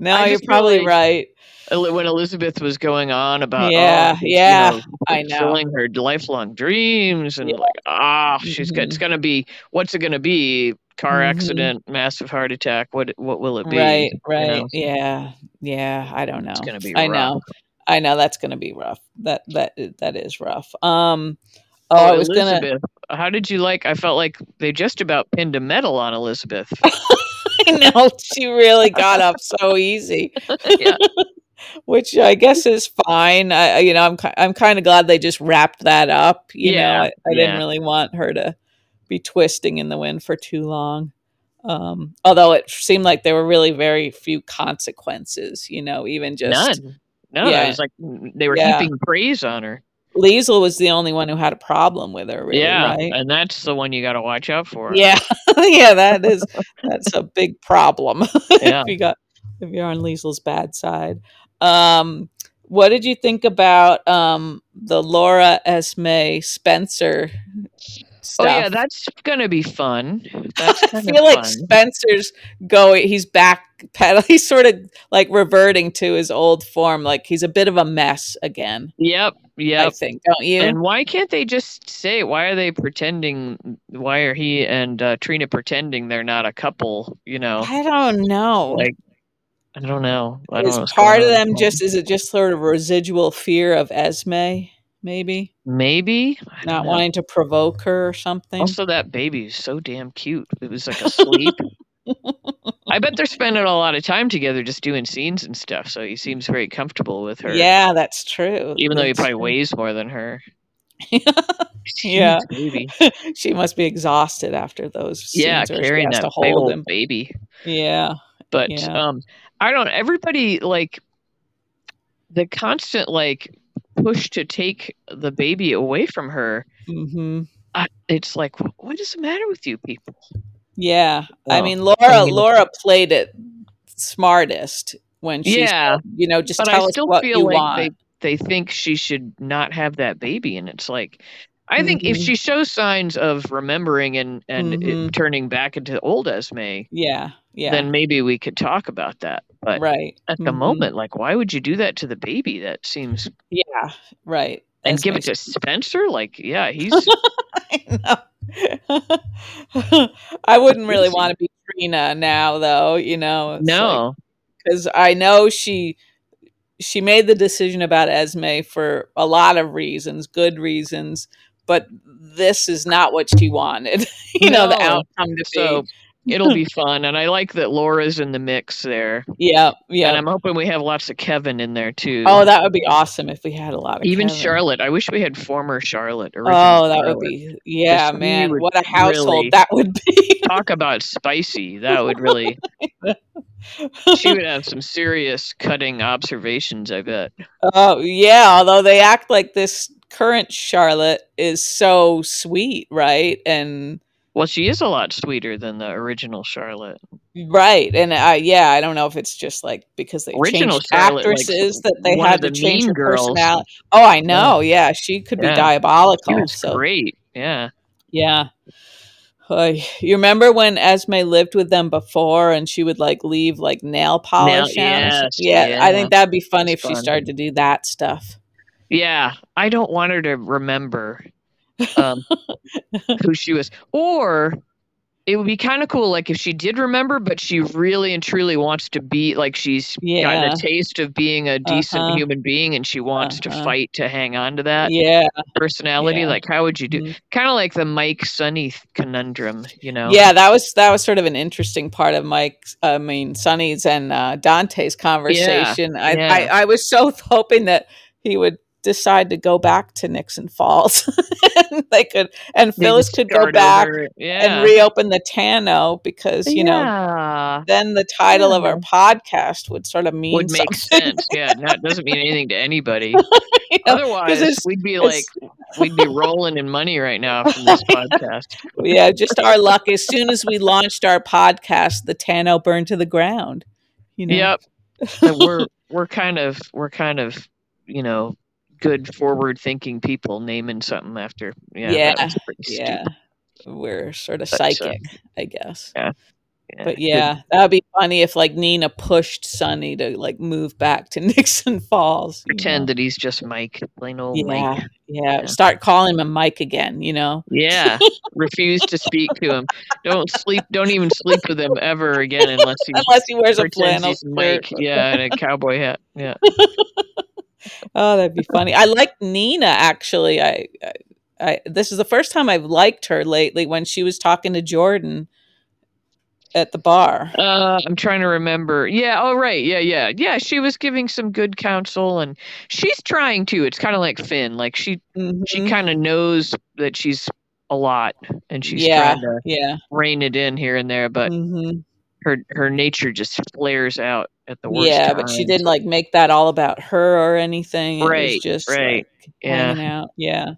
A: no,
B: I
A: you're
B: just feel
A: probably
B: like-
A: right.
B: Eli- When Elizabeth was going on about, oh,
A: Yeah,
B: it's,
A: yeah,
B: you know,
A: I know.
B: fulfilling her lifelong dreams, and
A: Yeah. Mm-hmm.
B: like, ah, she's got. It's gonna be. What's it gonna be? Car
A: Mhm.
B: accident, massive heart attack. What? What will it be?
A: Right,
B: You
A: right.
B: know?
A: Yeah, yeah. I don't know.
B: It's gonna be
A: I
B: rough.
A: know. I know that's gonna be rough. That that that is rough. Um. Oh,
B: Oh,
A: I was gonna.
B: Elizabeth. How did you like? I felt like they just about pinned a medal on Elizabeth.
A: I know she really got up so easy,
B: Yeah.
A: which I guess is fine. I, I- you know, I'm ki- I'm kind of glad they just wrapped that up. You
B: Yeah,
A: know, I, I didn't
B: yeah.
A: really want her to be twisting in the wind for too long. Um, although it seemed like there were really very few consequences. You know, even just
B: None. No,
A: Yeah.
B: it was like mm, they were
A: Yeah.
B: heaping praise on her.
A: Liesel was the only one who had a problem with her, really,
B: yeah,
A: right?
B: and that's the one you got to watch out for.
A: Yeah, yeah, that is that's a big problem
B: Yeah.
A: if you got if you're on Liesel's bad side. Um, what did you think about um the Laura Esme Spencer
B: Oh
A: stuff?
B: yeah, that's gonna be fun. That's
A: I
B: kind of
A: feel like
B: fun.
A: Spencer's going. He's back. Pedal. He's sort of like reverting to his old form. Like he's a bit of a mess again.
B: Yep,
A: I
B: yep.
A: think, don't you?
B: And why can't they just say? Why are they pretending? Why are he and uh, Trina pretending they're not a couple? You know,
A: I don't know.
B: like I don't know. I don't know
A: is
B: what's
A: part
B: going
A: of
B: on.
A: them just is it just sort of residual fear of Esme? maybe
B: Maybe
A: not
B: I don't know.
A: wanting to provoke her or something.
B: Also, that baby is so damn cute. It was like asleep. I bet they're spending a lot of time together just doing scenes and stuff. So he seems very comfortable with her.
A: yeah, that's true.
B: Even though he
A: That's
B: probably
A: true.
B: weighs more than her. Huge
A: Yeah.
B: Baby.
A: she must be exhausted after those.
B: Yeah,
A: scenes, or she
B: carrying
A: has
B: that
A: to
B: big
A: hold
B: old
A: him.
B: baby.
A: Yeah,
B: But
A: Yeah.
B: um, I don't. Everybody like the constant like push to take the baby away from her.
A: hmm
B: I, it's like, wh- what is the matter with you people?
A: yeah. I
B: Well,
A: mean, Laura,
B: I mean-
A: Laura played it smartest when she,
B: yeah,
A: you know, just
B: but
A: tell
B: I
A: us
B: still
A: what
B: feel
A: you
B: like
A: want.
B: they they think she should not have that baby, and it's like. I think if
A: Mhm.
B: she shows signs of remembering and and it
A: Mhm.
B: turning back into old Esme,
A: yeah, yeah,
B: then maybe we could talk about that. But
A: right.
B: at the
A: Mhm.
B: moment, like, why would you do that to the baby? That seems
A: yeah, right.
B: and
A: That's
B: give
A: my
B: it to Spencer. Like, yeah, he's
A: I know. I wouldn't really
B: Crazy.
A: want to be Trina now, though. You know,
B: no,
A: because I know she she made the decision about Esme for a lot of reasons, good reasons, but this is not what she wanted. you know, the
B: No.
A: outcome to
B: so it'll be fun. And I like that Laura's in the mix there,
A: be. Yeah,
B: and
A: yeah.
B: I'm hoping we have lots of Kevin in there too.
A: Oh, that would be awesome if we had a lot of
B: even
A: Kevin.
B: Charlotte. I wish we had former Charlotte. Original
A: Oh, that would
B: Charlotte.
A: be yeah,
B: Because we
A: man.
B: would
A: What a household
B: really-
A: that would be.
B: Talk about spicy. That would really. she would have some serious cutting observations. I bet.
A: Oh yeah, although they act like this current Charlotte is so sweet, right? And
B: Well, she is a lot sweeter than the original Charlotte.
A: right, and I yeah, I don't know if it's just like because they
B: Original
A: changed
B: Charlotte, like,
A: actresses that they
B: one of
A: had to
B: the
A: change
B: mean
A: her
B: girls.
A: personality. Oh, I know. Yeah, she could be
B: Yeah. She She
A: diabolical.
B: was
A: so
B: great. Yeah.
A: yeah. Oy. you remember when Esme lived with them before, and she would like leave like nail polish? on or something?
B: yes,
A: yeah, I
B: yeah.
A: think that'd be funny if
B: That's
A: she
B: fun.
A: started to do that stuff.
B: Yeah, I don't want her to remember um, who she was. Or it would be kind of cool, like if she did remember, but she really and truly wants to be like she's gotten
A: Yeah.
B: a taste of being a decent
A: Uh-huh.
B: human being, and she wants
A: Uh-huh.
B: to fight to hang on to that
A: Yeah,
B: personality.
A: yeah.
B: Like, how would you do?
A: Mhm.
B: Kind of like the Mike Sunny conundrum, you know?
A: Yeah, that was that was sort of an interesting part of Mike's, I mean, Sonny's and uh, Dante's conversation. I,
B: yeah.
A: I I was so hoping that he would decide to go back to Nixon Falls. and they could and
B: They
A: Phyllis
B: just
A: could go
B: start
A: back
B: over it. Yeah.
A: and reopen the Tano because you know
B: Yeah.
A: then the title of
B: Yeah.
A: our podcast would sort of mean
B: Would make
A: something.
B: sense. Yeah. Not doesn't mean anything to anybody.
A: you know?
B: Otherwise,
A: it's-
B: we'd be like
A: it's-
B: we'd be rolling in money right now from this podcast.
A: yeah, just our luck. As soon as we launched our podcast, the Tano burned to the ground. You know.
B: Yep, But we're we're kind of we're kind of you know good forward thinking people naming something after yeah that
A: Yeah,
B: was pretty
A: yeah
B: stupid.
A: we're sort of
B: But, uh,
A: psychic i guess
B: Yeah,
A: but
B: good.
A: yeah that would be funny if like nina pushed sonny to like move back to nixon falls you
B: pretend
A: know?
B: that he's just Mike, plain old
A: yeah,
B: Mike.
A: yeah
B: Yeah.
A: start calling him mike again you know
B: Yeah, refuse to speak to him. Don't sleep. Don't even sleep with him ever again unless he
A: unless he wears a
B: pretends
A: flannel
B: he's
A: shirt.
B: Mike. Yeah, and a cowboy hat. Yeah.
A: oh that'd be funny i like nina actually I, I i this is the first time i've liked her lately when she was talking to jordan at the bar
B: Uh, I'm trying to remember. Yeah. Oh, right. Yeah. Yeah. Yeah. She was giving some good counsel, and she's trying to. It's kind of like Finn. Like she, she
A: Mhm.
B: kind of knows that she's a lot, and she's
A: Yeah.
B: trying to
A: yeah
B: rein it in here and there. But
A: Mhm.
B: her her nature just flares out at the worst.
A: yeah but she
B: times.
A: didn't like make that all about her or anything it
B: Right,
A: was just
B: right,
A: like,
B: yeah.
A: hanging out yeah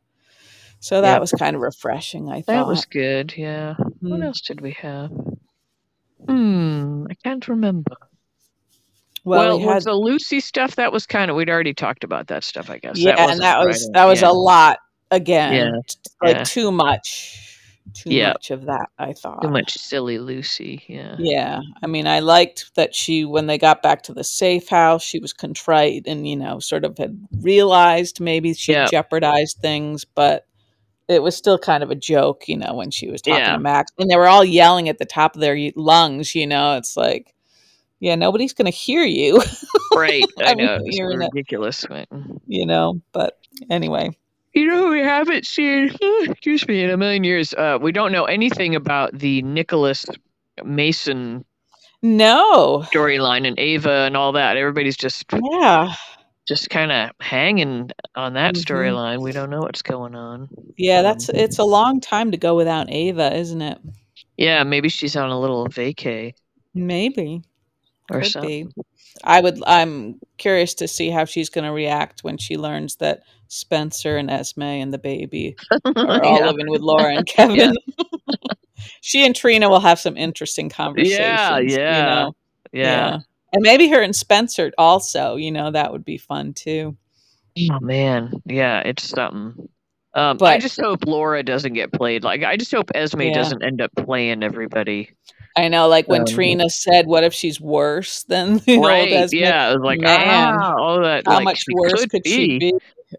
A: so that
B: Yep.
A: was kind of refreshing i thought
B: That was good. Yeah. What
A: Mm.
B: else did we have? Hmm. I can't remember.
A: well,
B: Well,
A: we
B: with
A: had
B: the Lucy stuff, that was kind of we'd already talked about that stuff. I guess.
A: yeah and
B: wasn't
A: that
B: right
A: was
B: on-
A: that was
B: yeah.
A: a lot again
B: Yeah,
A: t- like
B: yeah.
A: too much too
B: Yeah.
A: much of that i thought
B: too much silly Lucy. Yeah.
A: yeah i mean i liked that she when they got back to the safe house she was contrite and you know sort of had realized maybe she
B: Yeah.
A: jeopardized things but it was still kind of a joke you know when she was talking
B: Yeah.
A: to max and they were all yelling at the top of their y- lungs you know it's like yeah nobody's gonna hear you
B: Right. I,
A: I mean,
B: know. It's
A: you're in a-
B: ridiculous. but-
A: you know but anyway
B: You know, we haven't seen, excuse me, in a million years. Uh, we don't know anything about the Nicholas Mason
A: No.
B: storyline and Ava and all that. Everybody's just
A: Yeah.
B: just kind of hanging on that
A: Mhm.
B: storyline. We don't know what's going on.
A: Yeah, that's
B: Um,
A: it's a long time to go without Ava, isn't it?
B: Yeah, maybe she's on a little vacay
A: Maybe.
B: or
A: Could
B: something.
A: be. I would I'm curious to see how she's going to react when she learns that Spencer and Esme and the baby are all
B: yeah.
A: living with Laura and Kevin. she and Trina will have some interesting
B: yeah,
A: conversations, you
B: yeah,
A: know.
B: yeah,
A: And maybe her and Spencer also, you know, that would be fun too.
B: Oh man, yeah, it's something. Um, I
A: But
B: just hope Laura doesn't get played. Like, I just hope Esme
A: yeah,
B: doesn't end up playing everybody.
A: I know like when
B: Um,
A: Trina said, What if she's worse than the old
B: right?
A: Esme?
B: Yeah, it was like
A: Man,
B: ah, all that.
A: how
B: Like
A: much
B: she
A: worse
B: could
A: could she
B: be.
A: be?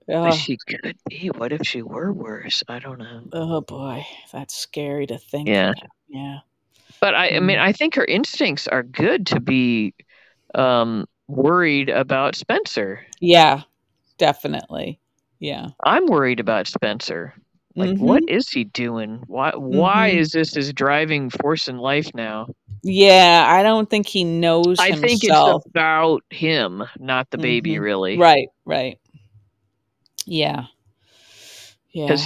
A: Oh,
B: She could be. What if she were worse? I don't know.
A: oh boy, that's scary to think
B: Yeah,
A: about. Yeah.
B: but I, I mean,
A: Mm.
B: I think her instincts are good to be um, worried about Spencer.
A: Yeah, definitely. Yeah.
B: I'm worried about Spencer. Like, what
A: Mm-hmm.
B: is he doing? Why? Why
A: Mm-hmm.
B: is this his driving force in life now?
A: Yeah, I don't think he knows
B: I think it's
A: himself.
B: about him, not the baby,
A: Mm-hmm.
B: really,
A: Right, right. Yeah.
B: because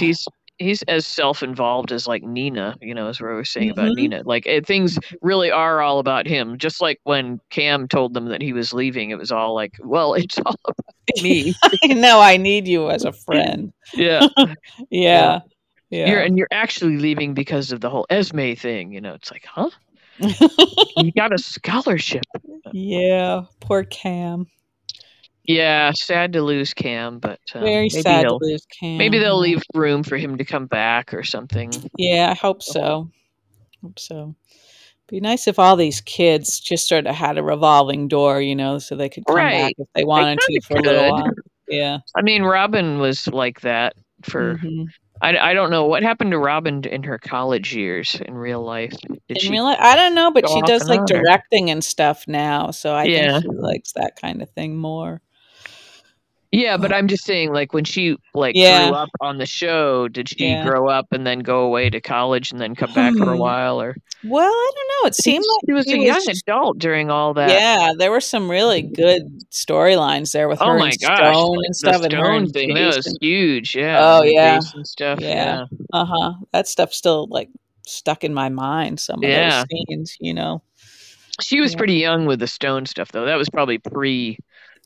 A: Yeah.
B: he's he's as self-involved as like Nina. You know, as we were saying about
A: Mm-hmm.
B: Nina. Like, it, things really are all about him. Just like when Cam told them that he was leaving, it was all like, well, it's all about me.
A: I know I need you as a friend.
B: yeah,
A: yeah.
B: yeah. You're
A: Yeah.
B: and you're actually leaving because of the whole Esme thing. You know, it's like, huh? You got a scholarship.
A: yeah. Poor Cam.
B: Yeah, sad to lose Cam, but um,
A: Very
B: maybe
A: sad to
B: he'll
A: lose
B: maybe
A: Cam.
B: they'll
A: Yeah.
B: leave room for him to come back or something.
A: Yeah, I hope so. Hope so. Be nice if all these kids just sort of had a revolving door, you know, so they could come back
B: Right.
A: if they
B: They
A: wanted to
B: kind
A: for a
B: of
A: little
B: could.
A: while. Yeah.
B: I mean, Robin was like that for
A: Mm-hmm.
B: I, I don't know what happened to Robin in her college years in real life. Did
A: In
B: she
A: real life, I don't know, but
B: go
A: she
B: off
A: does
B: and
A: like
B: on or?
A: directing and stuff now, so I think
B: Yeah.
A: she likes that kind of thing more.
B: Yeah, but
A: But
B: I'm just saying like when she like grew
A: yeah,
B: up on the show, did she
A: yeah.
B: grow up and then go away to college and then come back for a
A: Hmm.
B: while or
A: Well, I don't know. It
B: I think
A: seemed like
B: she was
A: she
B: a young
A: was
B: adult during all that.
A: Yeah, there were some really good storylines there with
B: Oh
A: her and
B: my gosh,
A: Stone
B: like
A: and
B: the
A: stuff, and her
B: Stone
A: and
B: thing, that was
A: Jason.
B: huge. Yeah,
A: Oh
B: and the
A: yeah,
B: Jason stuff.
A: yeah,
B: Yeah,
A: uh huh. That stuff's still like stuck in my mind. Some of those
B: yeah.
A: scenes, you know.
B: She was
A: Yeah,
B: pretty young with the Stone stuff, though. That was probably pre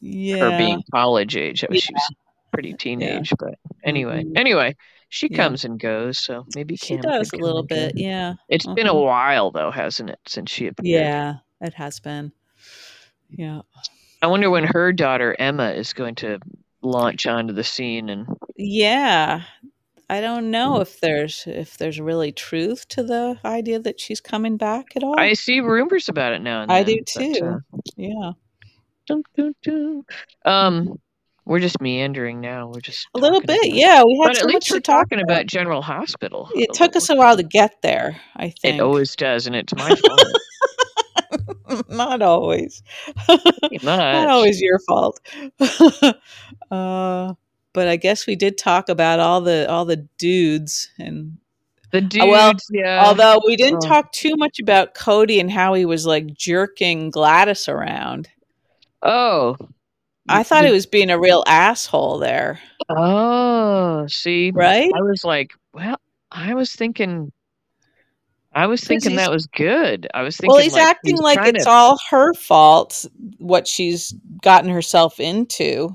B: her
A: yeah,
B: being college age. That was
A: yeah,
B: she was pretty
A: yeah.
B: teenage, but anyway,
A: hmm
B: anyway, she
A: Yeah,
B: comes and goes, so maybe
A: she
B: Cam
A: does
B: could
A: a
B: come
A: little
B: and go.
A: bit. Yeah,
B: It's
A: uh
B: been a
A: huh.
B: while though, hasn't it, since she appeared?
A: Yeah, it has been. Yeah.
B: I wonder when her daughter Emma is going to launch onto the scene and
A: Oh. Yeah, I don't
B: Hmm.
A: know if there's if there's really truth to the idea that she's coming back at all.
B: I see rumors about it now and
A: I do
B: then, but uh
A: too. Yeah.
B: Dun, dun, dun.
A: Mhm.
B: Um, we're just meandering now. We're just
A: A little
B: talking
A: bit.
B: about,
A: Yeah, we had
B: but at
A: so
B: least
A: much
B: we're
A: to talk
B: talking
A: about.
B: about General Hospital.
A: It
B: a
A: took
B: little.
A: us a while to get there, I
B: It
A: think.
B: always does, and it's my fault.
A: Not always.
B: Pretty
A: Not
B: much.
A: always your fault. uh, but I guess we did talk about all the all the dudes and
B: The
A: uh, well,
B: dudes, yeah.
A: although we didn't
B: Oh,
A: talk too much about Cody and how he was like jerking Gladys around.
B: oh,
A: I
B: you,
A: thought he
B: you,
A: was being a real asshole there,
B: oh. See,
A: right?
B: I was like, well, I was thinking, I was
A: Because
B: thinking
A: he's
B: that was good. I was
A: Well,
B: thinking
A: he's
B: like
A: acting
B: he's
A: like
B: trying
A: it's
B: to.
A: all her fault what she's gotten herself into.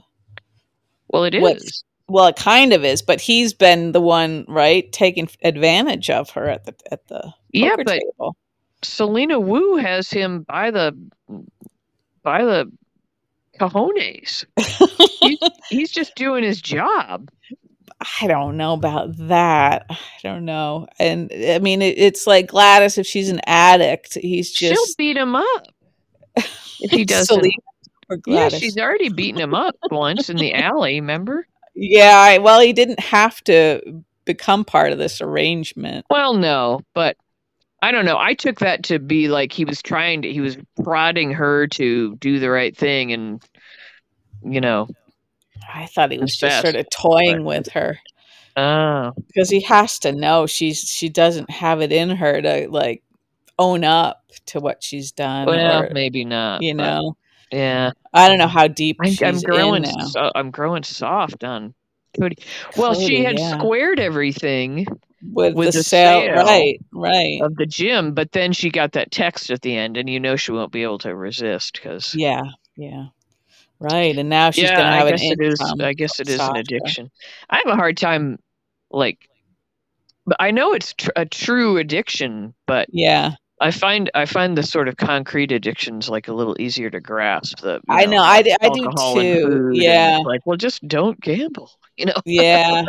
B: Well, it
A: What
B: is.
A: well, it kind of is, but he's been the one, right, taking advantage of her at the at the
B: Yeah,
A: poker
B: but
A: table.
B: Selena Wu has him by the by the cojones. He's he's just doing his job.
A: I don't know about that. I don't know. And I mean, it, it's like Gladys if she's an addict, he's
B: She'll
A: just
B: beat him up if
A: Selena
B: he doesn't.
A: or
B: Yeah, she's
A: Gladys.
B: already beaten him up once in the alley. Remember?
A: Yeah, I, well, he didn't have to become part of this arrangement.
B: Well, no, but I don't know. I took that to be like he was trying to. He was prodding her to do the right thing, and you know,
A: I thought he was
B: his
A: just sort
B: best.
A: of
B: But
A: toying with her.
B: Oh,
A: because he has to know she's she doesn't have it in her to like own up to what she's done.
B: well,
A: or,
B: maybe not.
A: you
B: but
A: know,
B: yeah.
A: I don't know how deep
B: I'm,
A: she's
B: I'm growing.
A: in now.
B: So, I'm growing soft on Cody. Well,
A: Cody,
B: she had
A: yeah.
B: squared everything
A: with,
B: with
A: the,
B: the
A: sale,
B: sale.
A: right? Right?
B: of the gym, but then she got that text at the end, and you know she won't be able to resist because
A: yeah, yeah, right. And now she's
B: yeah,
A: gonna have
B: I
A: an
B: guess it is.
A: income.
B: I guess it is an
A: softer.
B: addiction. I have a hard time, like, but I know it's tr- a true addiction, but
A: Yeah,
B: I find I find the sort of concrete addictions like a little easier to grasp. The you
A: I know, I d- I do
B: alcohol and
A: too,
B: food and it's
A: yeah.
B: like well, just don't gamble. You know,
A: yeah,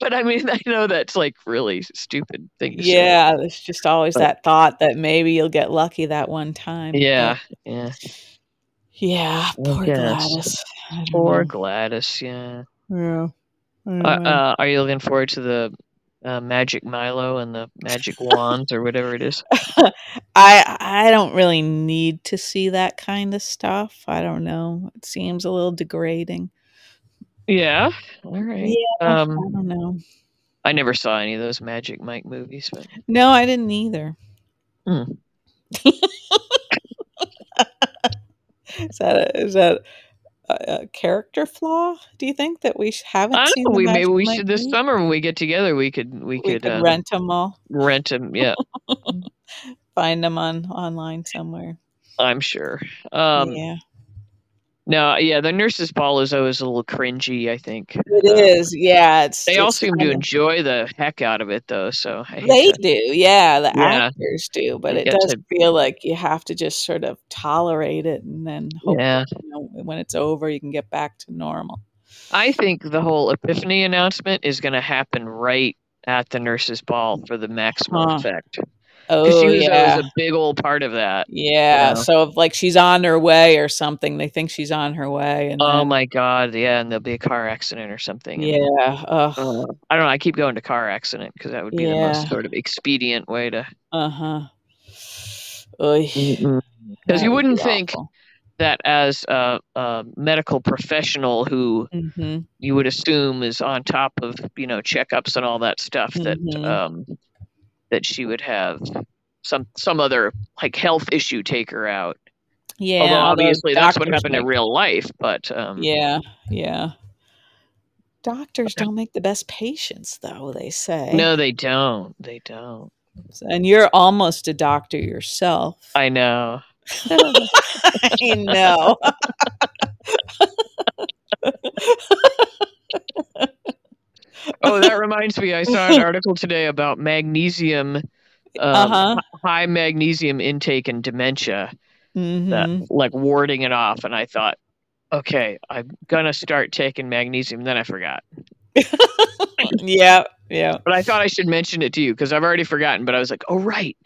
B: but I mean, I know that's like really stupid thing to say.
A: yeah. It's just always
B: But-
A: that thought that maybe you'll get lucky that one time. but-
B: Yeah, yeah.
A: yeah. Poor
B: guess.
A: Gladys. I don't
B: Poor Gladys. Yeah.
A: know. Yeah. I
B: Uh,
A: don't know.
B: uh, are you looking forward to the uh, magic Milo and the magic wands or whatever it is?
A: I I don't really need to see that kind of stuff. I don't know. It seems a little degrading.
B: Yeah. All right.
A: Yeah,
B: Um,
A: I don't know.
B: I never saw any of those Magic Mike movies, but
A: No, I didn't either.
B: Hmm.
A: is that a, is that a, a character flaw? Do you think that we sh- haven't
B: I
A: seen?
B: don't
A: the
B: know. We maybe
A: Magic
B: we
A: Mike
B: should this
A: movie?
B: summer when we get together, we could we,
A: We
B: could,
A: could
B: uh,
A: rent them all,
B: rent them. Yeah,
A: find them on online somewhere.
B: I'm sure. Um,
A: yeah,
B: No, yeah, the nurse's ball is always a little cringy. I think
A: it
B: uh,
A: is. Yeah, it's.
B: They all
A: it's
B: seem to
A: kinda-
B: enjoy the heck out of it, though. So I hate
A: They
B: that.
A: do, yeah. The
B: Yeah.
A: actors do, but
B: They
A: it
B: get
A: does
B: to-
A: feel like you have to just sort of tolerate it, and then hope
B: Yeah.
A: you know, when it's over, you can get back to normal.
B: I think the whole epiphany announcement is going to happen right at the nurse's ball for the maximum
A: Huh.
B: effect. Because
A: Uh-huh. Oh
B: she was
A: yeah,
B: always a big old part of that.
A: yeah.
B: know.
A: So if, like she's on her way or something, they think she's on her way, and
B: Oh
A: then,
B: my god, yeah, and there'll be a car accident or something. and-
A: yeah,
B: Uh,
A: uh
B: I don't know. I keep going to car accident because that would be the
A: Yeah.
B: most sort of expedient way to.
A: huh.
B: Because you wouldn't think that as a, a medical professional who
A: hmm
B: you would assume is on top of you know checkups and all that stuff
A: Mhm.
B: that um, that she would have some some other like health issue take her out.
A: Yeah.
B: Although
A: although
B: obviously that's what
A: doctors
B: happened in
A: make-
B: real life, but um,
A: Yeah, yeah. Doctors don't make the best patients, though they say.
B: no, they don't. They don't.
A: and you're almost a doctor yourself.
B: I know.
A: I know.
B: Oh, that reminds me. I saw an article today about magnesium. Um,
A: Uh-huh.
B: High magnesium intake and dementia, that,
A: Mhm.
B: like warding it off. And I thought, okay, I'm gonna start taking magnesium. Then I forgot,
A: Yeah, yeah.
B: but I thought I should mention it to you because I've already forgotten. But I was like, oh right,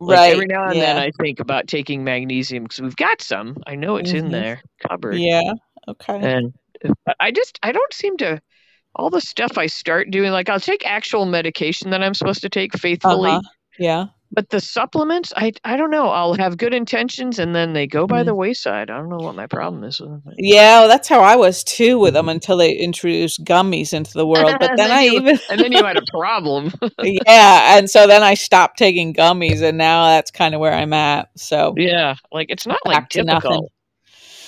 B: Like,
A: Right.
B: every now and
A: yeah.
B: then, I think about taking magnesium because we've got some. I know it's in
A: Mhm.
B: there cupboard.
A: Yeah. Okay.
B: And but I just I don't seem to all the stuff I start doing. Like I'll take actual medication that I'm supposed to take faithfully,
A: Uh-huh. Yeah.
B: but the supplements I I don't know. I'll have good intentions and then they go by
A: Mm.
B: the wayside. I don't know what my problem is. with them, but-
A: Yeah, well, that's how I was too with them until they introduced gummies into the world. But
B: And
A: then
B: then
A: I
B: you-
A: even
B: And then you had a problem.
A: yeah, and so then I stopped taking gummies and now that's kind of where I'm at. So
B: yeah, like it's not like
A: Back to nothing.
B: difficult.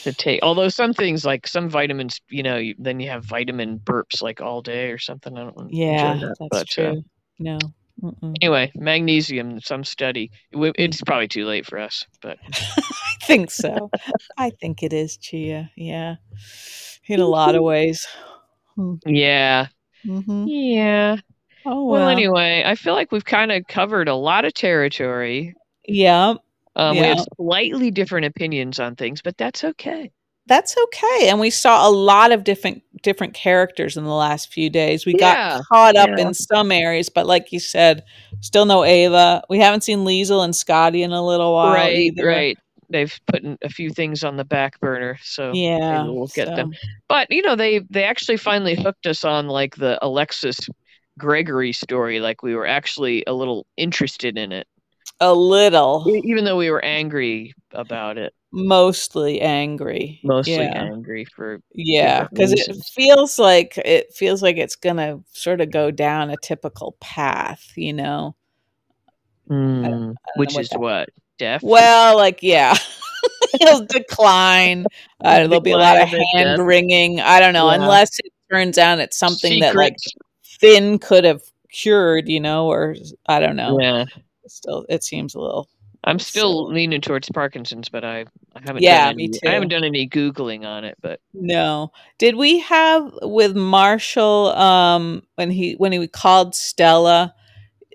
B: To take, although some things like some vitamins, you know, you, then you have vitamin burps like all day or something. I don't enjoy
A: yeah,
B: that,
A: that's
B: but, uh,
A: true. no. Mm-mm.
B: anyway, magnesium, some study. It w- It's probably too late for us, but
A: I think so. I think it is chia. Yeah. In a lot of
B: Mm-hmm.
A: ways.
B: yeah,
A: hmm
B: yeah.
A: Oh,
B: Mm-hmm. Well, anyway, I feel like we've kind of covered a lot of territory.
A: Yeah.
B: Um, We
A: Yeah.
B: have slightly different opinions on things, but that's okay.
A: That's okay. And we saw a lot of different different characters in the last few days. We
B: Yeah,
A: got caught up
B: yeah.
A: in some areas, but like you said, still no Ava. We haven't seen Liesel and Scotty in a little while.
B: right,
A: either.
B: right. They've put in a few things on the back burner, so
A: Yeah.
B: Maybe we'll get them. but you know they they actually finally hooked us on like the Alexis Gregory story. Like we were actually a little interested in it,
A: A little.
B: e- even though we were angry about it.
A: mostly angry.
B: mostly
A: yeah.
B: angry for
A: Yeah,
B: different
A: because it
B: reasons.
A: feels like it feels like it's gonna sort of go down a typical path, you know.
B: Mm, which
A: what
B: is
A: that-
B: what deaf.
A: Well, like yeah, it'll decline. Uh, there'll be a lot of
B: Decline and
A: hand
B: death.
A: wringing. I don't know,
B: Yeah.
A: unless it turns out it's something that like
B: Secrets.
A: Finn could have cured, you know, or I don't know.
B: Yeah,
A: Still, it seems a little.
B: I'm still leaning towards Parkinson's, but I, I haven't.
A: Yeah,
B: done
A: me
B: any,
A: too.
B: I haven't done any googling on it, but
A: No. Did we have with Marshall um when he when he called Stella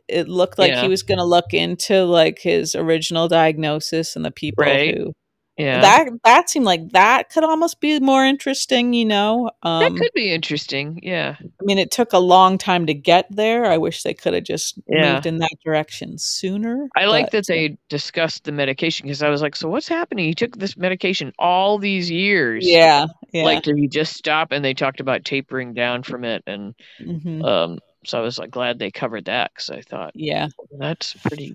A: it looked like
B: Yeah.
A: he was going to look into like his original diagnosis and the people
B: Right.
A: who
B: yeah,
A: that that seemed like that could almost be more interesting, you know.
B: that
A: Um
B: could be interesting. Yeah,
A: I mean it took a long time to get there. I wish they could have just
B: Yeah.
A: moved in that direction sooner.
B: I like
A: but-
B: that they discussed the medication because I was like, so what's happening? He took this medication all these years.
A: Yeah. Yeah.
B: Like, did he just stop? And they talked about tapering down from it, and
A: mhm,
B: um, so I was like glad they covered that because I thought
A: yeah.
B: that's pretty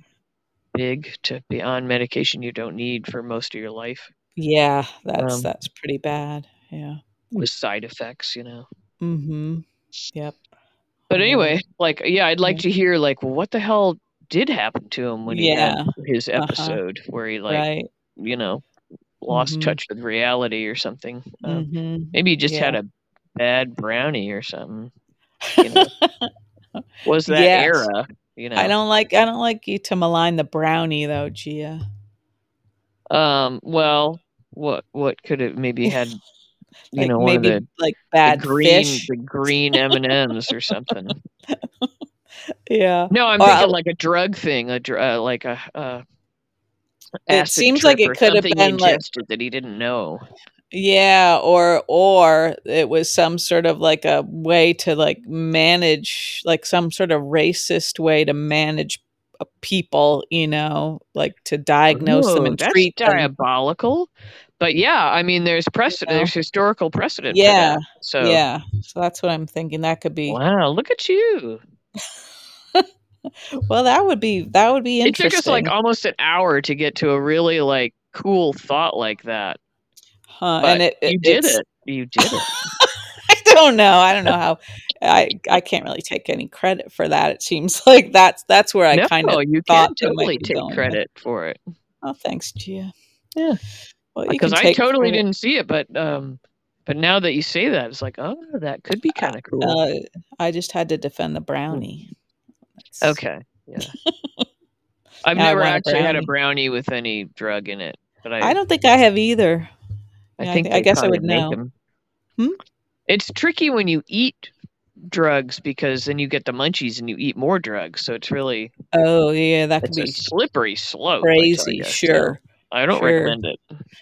B: big to be on medication you don't need for most of your life
A: Yeah, that's
B: Um,
A: that's pretty bad. Yeah.
B: with side effects, you know.
A: Mhm. Yep.
B: But
A: Yeah.
B: anyway, like yeah, I'd like
A: Mm-hmm. Yeah.
B: to hear like well, what the hell did happen to him when he had
A: Yeah.
B: his
A: Uh-huh.
B: episode where he like
A: right.
B: you know lost
A: Mhm.
B: touch with reality or something. Um,
A: Mhm.
B: Maybe he just had a bad brownie or something. You know, was that
A: Yes.
B: era? You know,
A: I don't like I don't like you to malign the brownie though, Gia.
B: Um, well, what what could it maybe had? You
A: Like
B: know, one of
A: maybe
B: the,
A: like
B: the
A: bad
B: green
A: fish.
B: the green M and M's or something.
A: Yeah.
B: No, I'm
A: Or,
B: thinking
A: uh,
B: like a drug thing, a dr- uh, like a. Uh,
A: It
B: acid
A: seems like
B: trip
A: it
B: or
A: could have
B: something he
A: been, like-
B: ingested that he didn't know.
A: Yeah, or or it was some sort of like a way to like manage like some sort of racist way to manage uh, people, you know, like to diagnose them
B: Oh,
A: and
B: that's
A: treat them.
B: diabolical. But yeah, I mean, there's precedent.
A: know?
B: There's historical precedent.
A: Yeah,
B: for that. So
A: Yeah. So that's what I'm thinking that could be.
B: wow, look at you.
A: Well, that would be that would be
B: It
A: interesting.
B: took us like almost an hour to get to a really like cool thought like that.
A: Huh,
B: But
A: and it,
B: you did
A: it's-
B: it. You did it.
A: I don't know. I don't know how. I I can't really take any credit for that. It seems like that's that's where I
B: no,
A: kind of.
B: you can
A: thought they might
B: totally
A: be
B: take
A: going with-
B: credit for it
A: Oh, thanks, Gia.
B: Yeah.
A: Well, you
B: because
A: can
B: I
A: take
B: totally
A: credit.
B: didn't see it. But um, but now that you say that, it's like oh, that could be kind of cool.
A: Uh, I just had to defend the brownie. That's-
B: okay, yeah. I've
A: Now I
B: never
A: want a
B: actually had a brownie with any drug in it, but I
A: I don't think I have either.
B: I
A: yeah, I
B: think
A: thi- I
B: they
A: guess I
B: probably
A: would
B: make
A: know.
B: 'em.
A: Hmm?
B: It's tricky when you eat drugs because then you get the munchies and you eat more drugs. So it's really
A: Oh yeah, that could
B: it's a
A: be
B: slippery slope. I tell
A: crazy.
B: ya. So
A: Sure.
B: I don't
A: sure.
B: recommend it.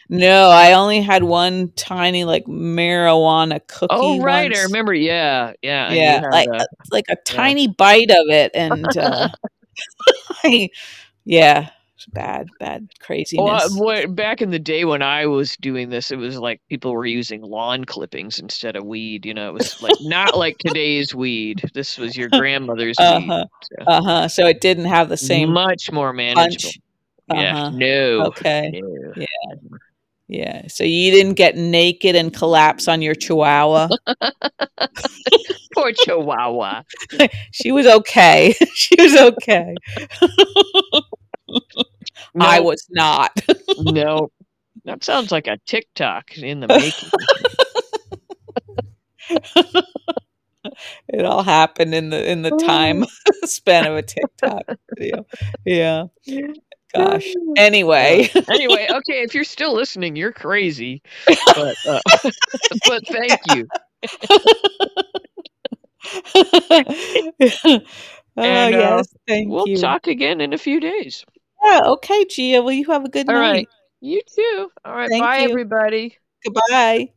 A: No, I only had one tiny like marijuana cookie.
B: Oh right, I
A: once.
B: remember. Yeah, yeah, and you
A: yeah
B: had,
A: like
B: uh,
A: it's like a tiny bite of it and uh I- yeah it's bad bad craziness
B: well, uh, what, back in the day when I was doing this, it was like people were using lawn clippings instead of weed. You know, it was like not like today's weed. This was your grandmother's weed.
A: uh-huh
B: so.
A: uh-huh so it didn't have the same
B: much more manageable.
A: punch
B: Yeah,
A: Uh-huh.
B: no.
A: okay
B: no.
A: Yeah. yeah so you didn't get naked and collapse on your chihuahua
B: Poor Chihuahua.
A: she was okay she was okay i
B: No,
A: was not
B: no. That sounds like a TikTok in the making.
A: it all happened in the in the time span of a tiktok video yeah gosh anyway
B: Uh, anyway, okay, if you're still listening, you're crazy. But, uh, but thank you.
A: oh
B: And, uh,
A: yes, thank
B: We'll
A: you.
B: talk again in a few days.
A: Yeah, okay, Gia. Well, you have a good
B: All
A: night.
B: right. You too. All right.
A: Thank
B: bye,
A: you.
B: everybody.
A: Goodbye.